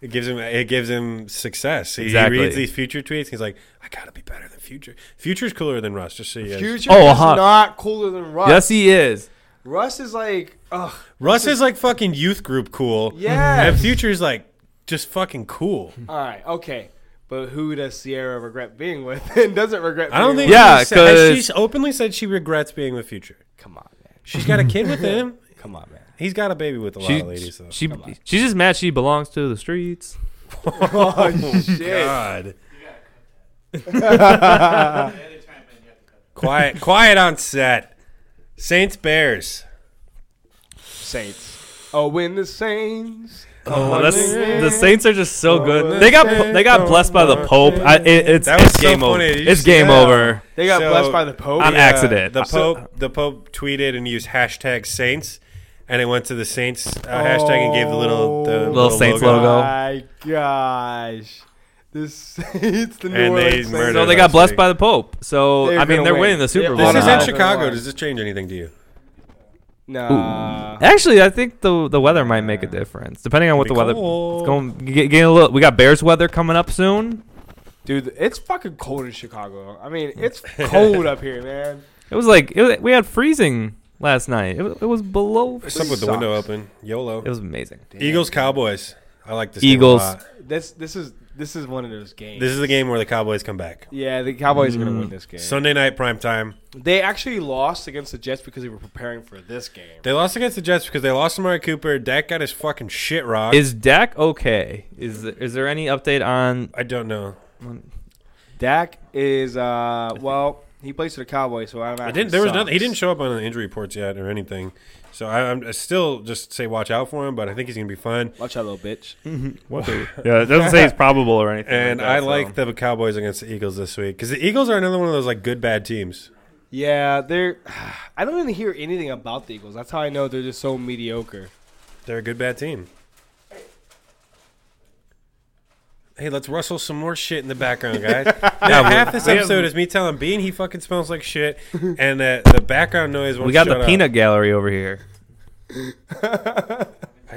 S1: It gives him it gives him success. He, he
S2: Exactly.
S1: reads these future tweets. He's like, I gotta be better than future. Future's cooler than Russ. Just so you guys.
S3: Future
S2: Oh,
S3: is
S2: huh.
S3: not cooler than Russ.
S2: yes, he is.
S3: Russ is like, ugh,
S1: Russ is like fucking youth group cool.
S3: Yes.
S1: And Future's like just fucking cool.
S3: all right, okay. But who does Sierra regret being with and doesn't regret being
S1: I don't
S3: with?
S1: think.
S2: Yeah,
S1: she said- has
S2: 'cause-
S1: she openly said she regrets being with Future.
S3: Come on, man.
S1: She's got a kid with him.
S3: Come on, man.
S1: He's got a baby with a lot
S2: She,
S1: of ladies though.
S2: she, she's just mad she belongs to the streets.
S1: oh
S3: shit.
S1: God. quiet, quiet on set. Saints Bears.
S3: Saints. Oh, when the Saints.
S2: Oh,
S3: on,
S2: that's
S3: man.
S2: the Saints are just so good.
S1: the
S2: They got
S1: Saints
S2: they got
S1: are
S2: blessed by the
S1: good.
S2: Pope. I, it, it's
S1: That was
S2: it's
S1: so
S2: game over.
S1: funny. Did you
S2: It's
S1: see
S2: game
S1: that?
S2: over.
S3: They got
S1: So,
S3: blessed by the Pope.
S2: I'm
S1: the,
S2: at- accident.
S1: The
S2: I'm so-
S1: Pope, the Pope tweeted and used hashtag Saints, and it went to the Saints uh, hashtag and gave the little the
S3: Oh.
S1: little,
S2: Little Saints logo.
S3: My gosh. The Saints, the
S1: And
S3: New
S1: they
S3: Orleans Saints.
S1: murdered
S2: So
S1: last
S2: they got blessed
S1: week.
S2: by the Pope. So
S3: They're
S2: I mean,
S3: gonna
S2: they're
S3: win.
S2: winning the Super
S3: This
S2: Bowl.
S1: This is
S2: now.
S1: in
S3: Wow.
S1: Chicago. Does this change anything to you?
S3: Nah.
S2: Actually, I think the the weather might make a difference, depending on what the
S1: Be
S2: weather.
S1: cold.
S2: It's going get- getting a little. We got Bears weather coming up soon.
S3: Dude, it's fucking cold in Chicago. I mean, it's cold up here, man.
S2: It was like it was, we had freezing last night. It was, it was below.
S1: What's up with the
S3: Sucks.
S1: window open? YOLO.
S2: It was amazing.
S1: Eagles Cowboys. I like this. game a
S2: Eagles.
S1: lot.
S3: This this is this is one of those games.
S1: This is the game where the Cowboys come back.
S3: yeah, the Cowboys
S2: Mm.
S3: are gonna win this game.
S1: Sunday night prime time.
S3: they actually lost against the Jets because they were preparing for this game.
S1: They lost against the Jets because they lost Amari Cooper. Dak got his fucking shit rocked.
S2: Is Dak okay? Is is there any update on?
S1: I don't know.
S3: Dak is uh well, he plays for the Cowboys, so I'm.
S1: I didn't. There was nothing. He didn't show up on the injury reports yet or anything. So I, I'm I still just say watch out for him, but I think he's gonna be fine.
S3: Watch out, little bitch.
S2: yeah, it doesn't say it's probable or anything.
S1: And I like the Cowboys against the Eagles this week because the Eagles are another one of those like good bad teams.
S3: Yeah, they're. I don't even hear anything about the Eagles. That's how I know they're just so mediocre.
S1: They're a good bad team. Hey, let's rustle some more shit in the background, guys. now, half this episode is me telling Bean he fucking smells like shit, and that the background noise. Won't
S2: We got
S1: shut
S2: the
S1: up.
S2: peanut gallery over here.
S1: I-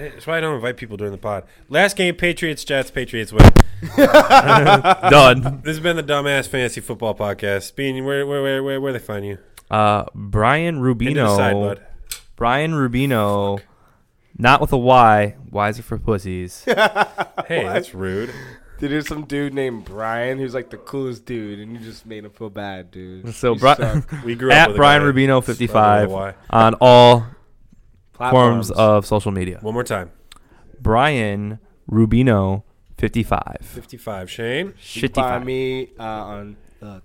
S1: That's why I don't invite people during the pod. Last game, Patriots Jets. Patriots win.
S2: Done.
S1: This has been the dumbass fantasy football podcast. Bean, where where where where, where they find you?
S2: Uh, Brian Rubino.
S1: Into the side, bud.
S2: Brian Rubino, not with a Y. Y's are for pussies.
S1: Hey, that's rude.
S3: Dude, there's some dude named Brian who's like the coolest dude, and you just made him feel bad, dude.
S2: So,
S3: You
S2: Bri-
S3: suck.
S1: We grew up
S2: At
S1: with
S2: Brian
S1: a guy
S2: Rubino
S1: that's
S2: fifty five
S1: spelled with a Y.
S2: on all
S3: Platforms.
S2: forms of social media.
S1: One more time.
S2: Brian Rubino fifty five.
S1: Fifty five. Shane.
S3: You
S2: Shitty
S3: can find
S2: five.
S3: me uh, on the,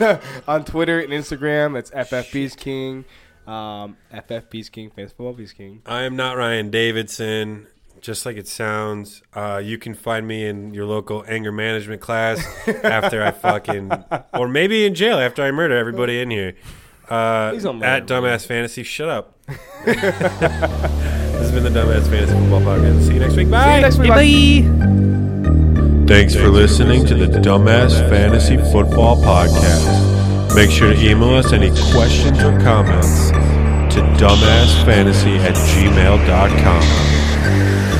S3: uh, on Twitter and Instagram. It's FFB's King, um, FFB's King, Fantasy Football Beast King.
S1: I am not Ryan Davidson, just like it sounds. Uh, you can find me in your local anger management class after I fucking, or maybe in jail after I murder everybody in here. Uh,
S3: Please don't murder
S1: at Dumbass Fantasy, shut up. this has been the Dumbass Fantasy Football Podcast. See you next week. Bye.
S3: Next week,
S2: Bye.
S4: Thanks for listening to the Dumbass Fantasy Football Podcast. Make sure to email us any questions or comments to dumbassfantasy at gmail.com.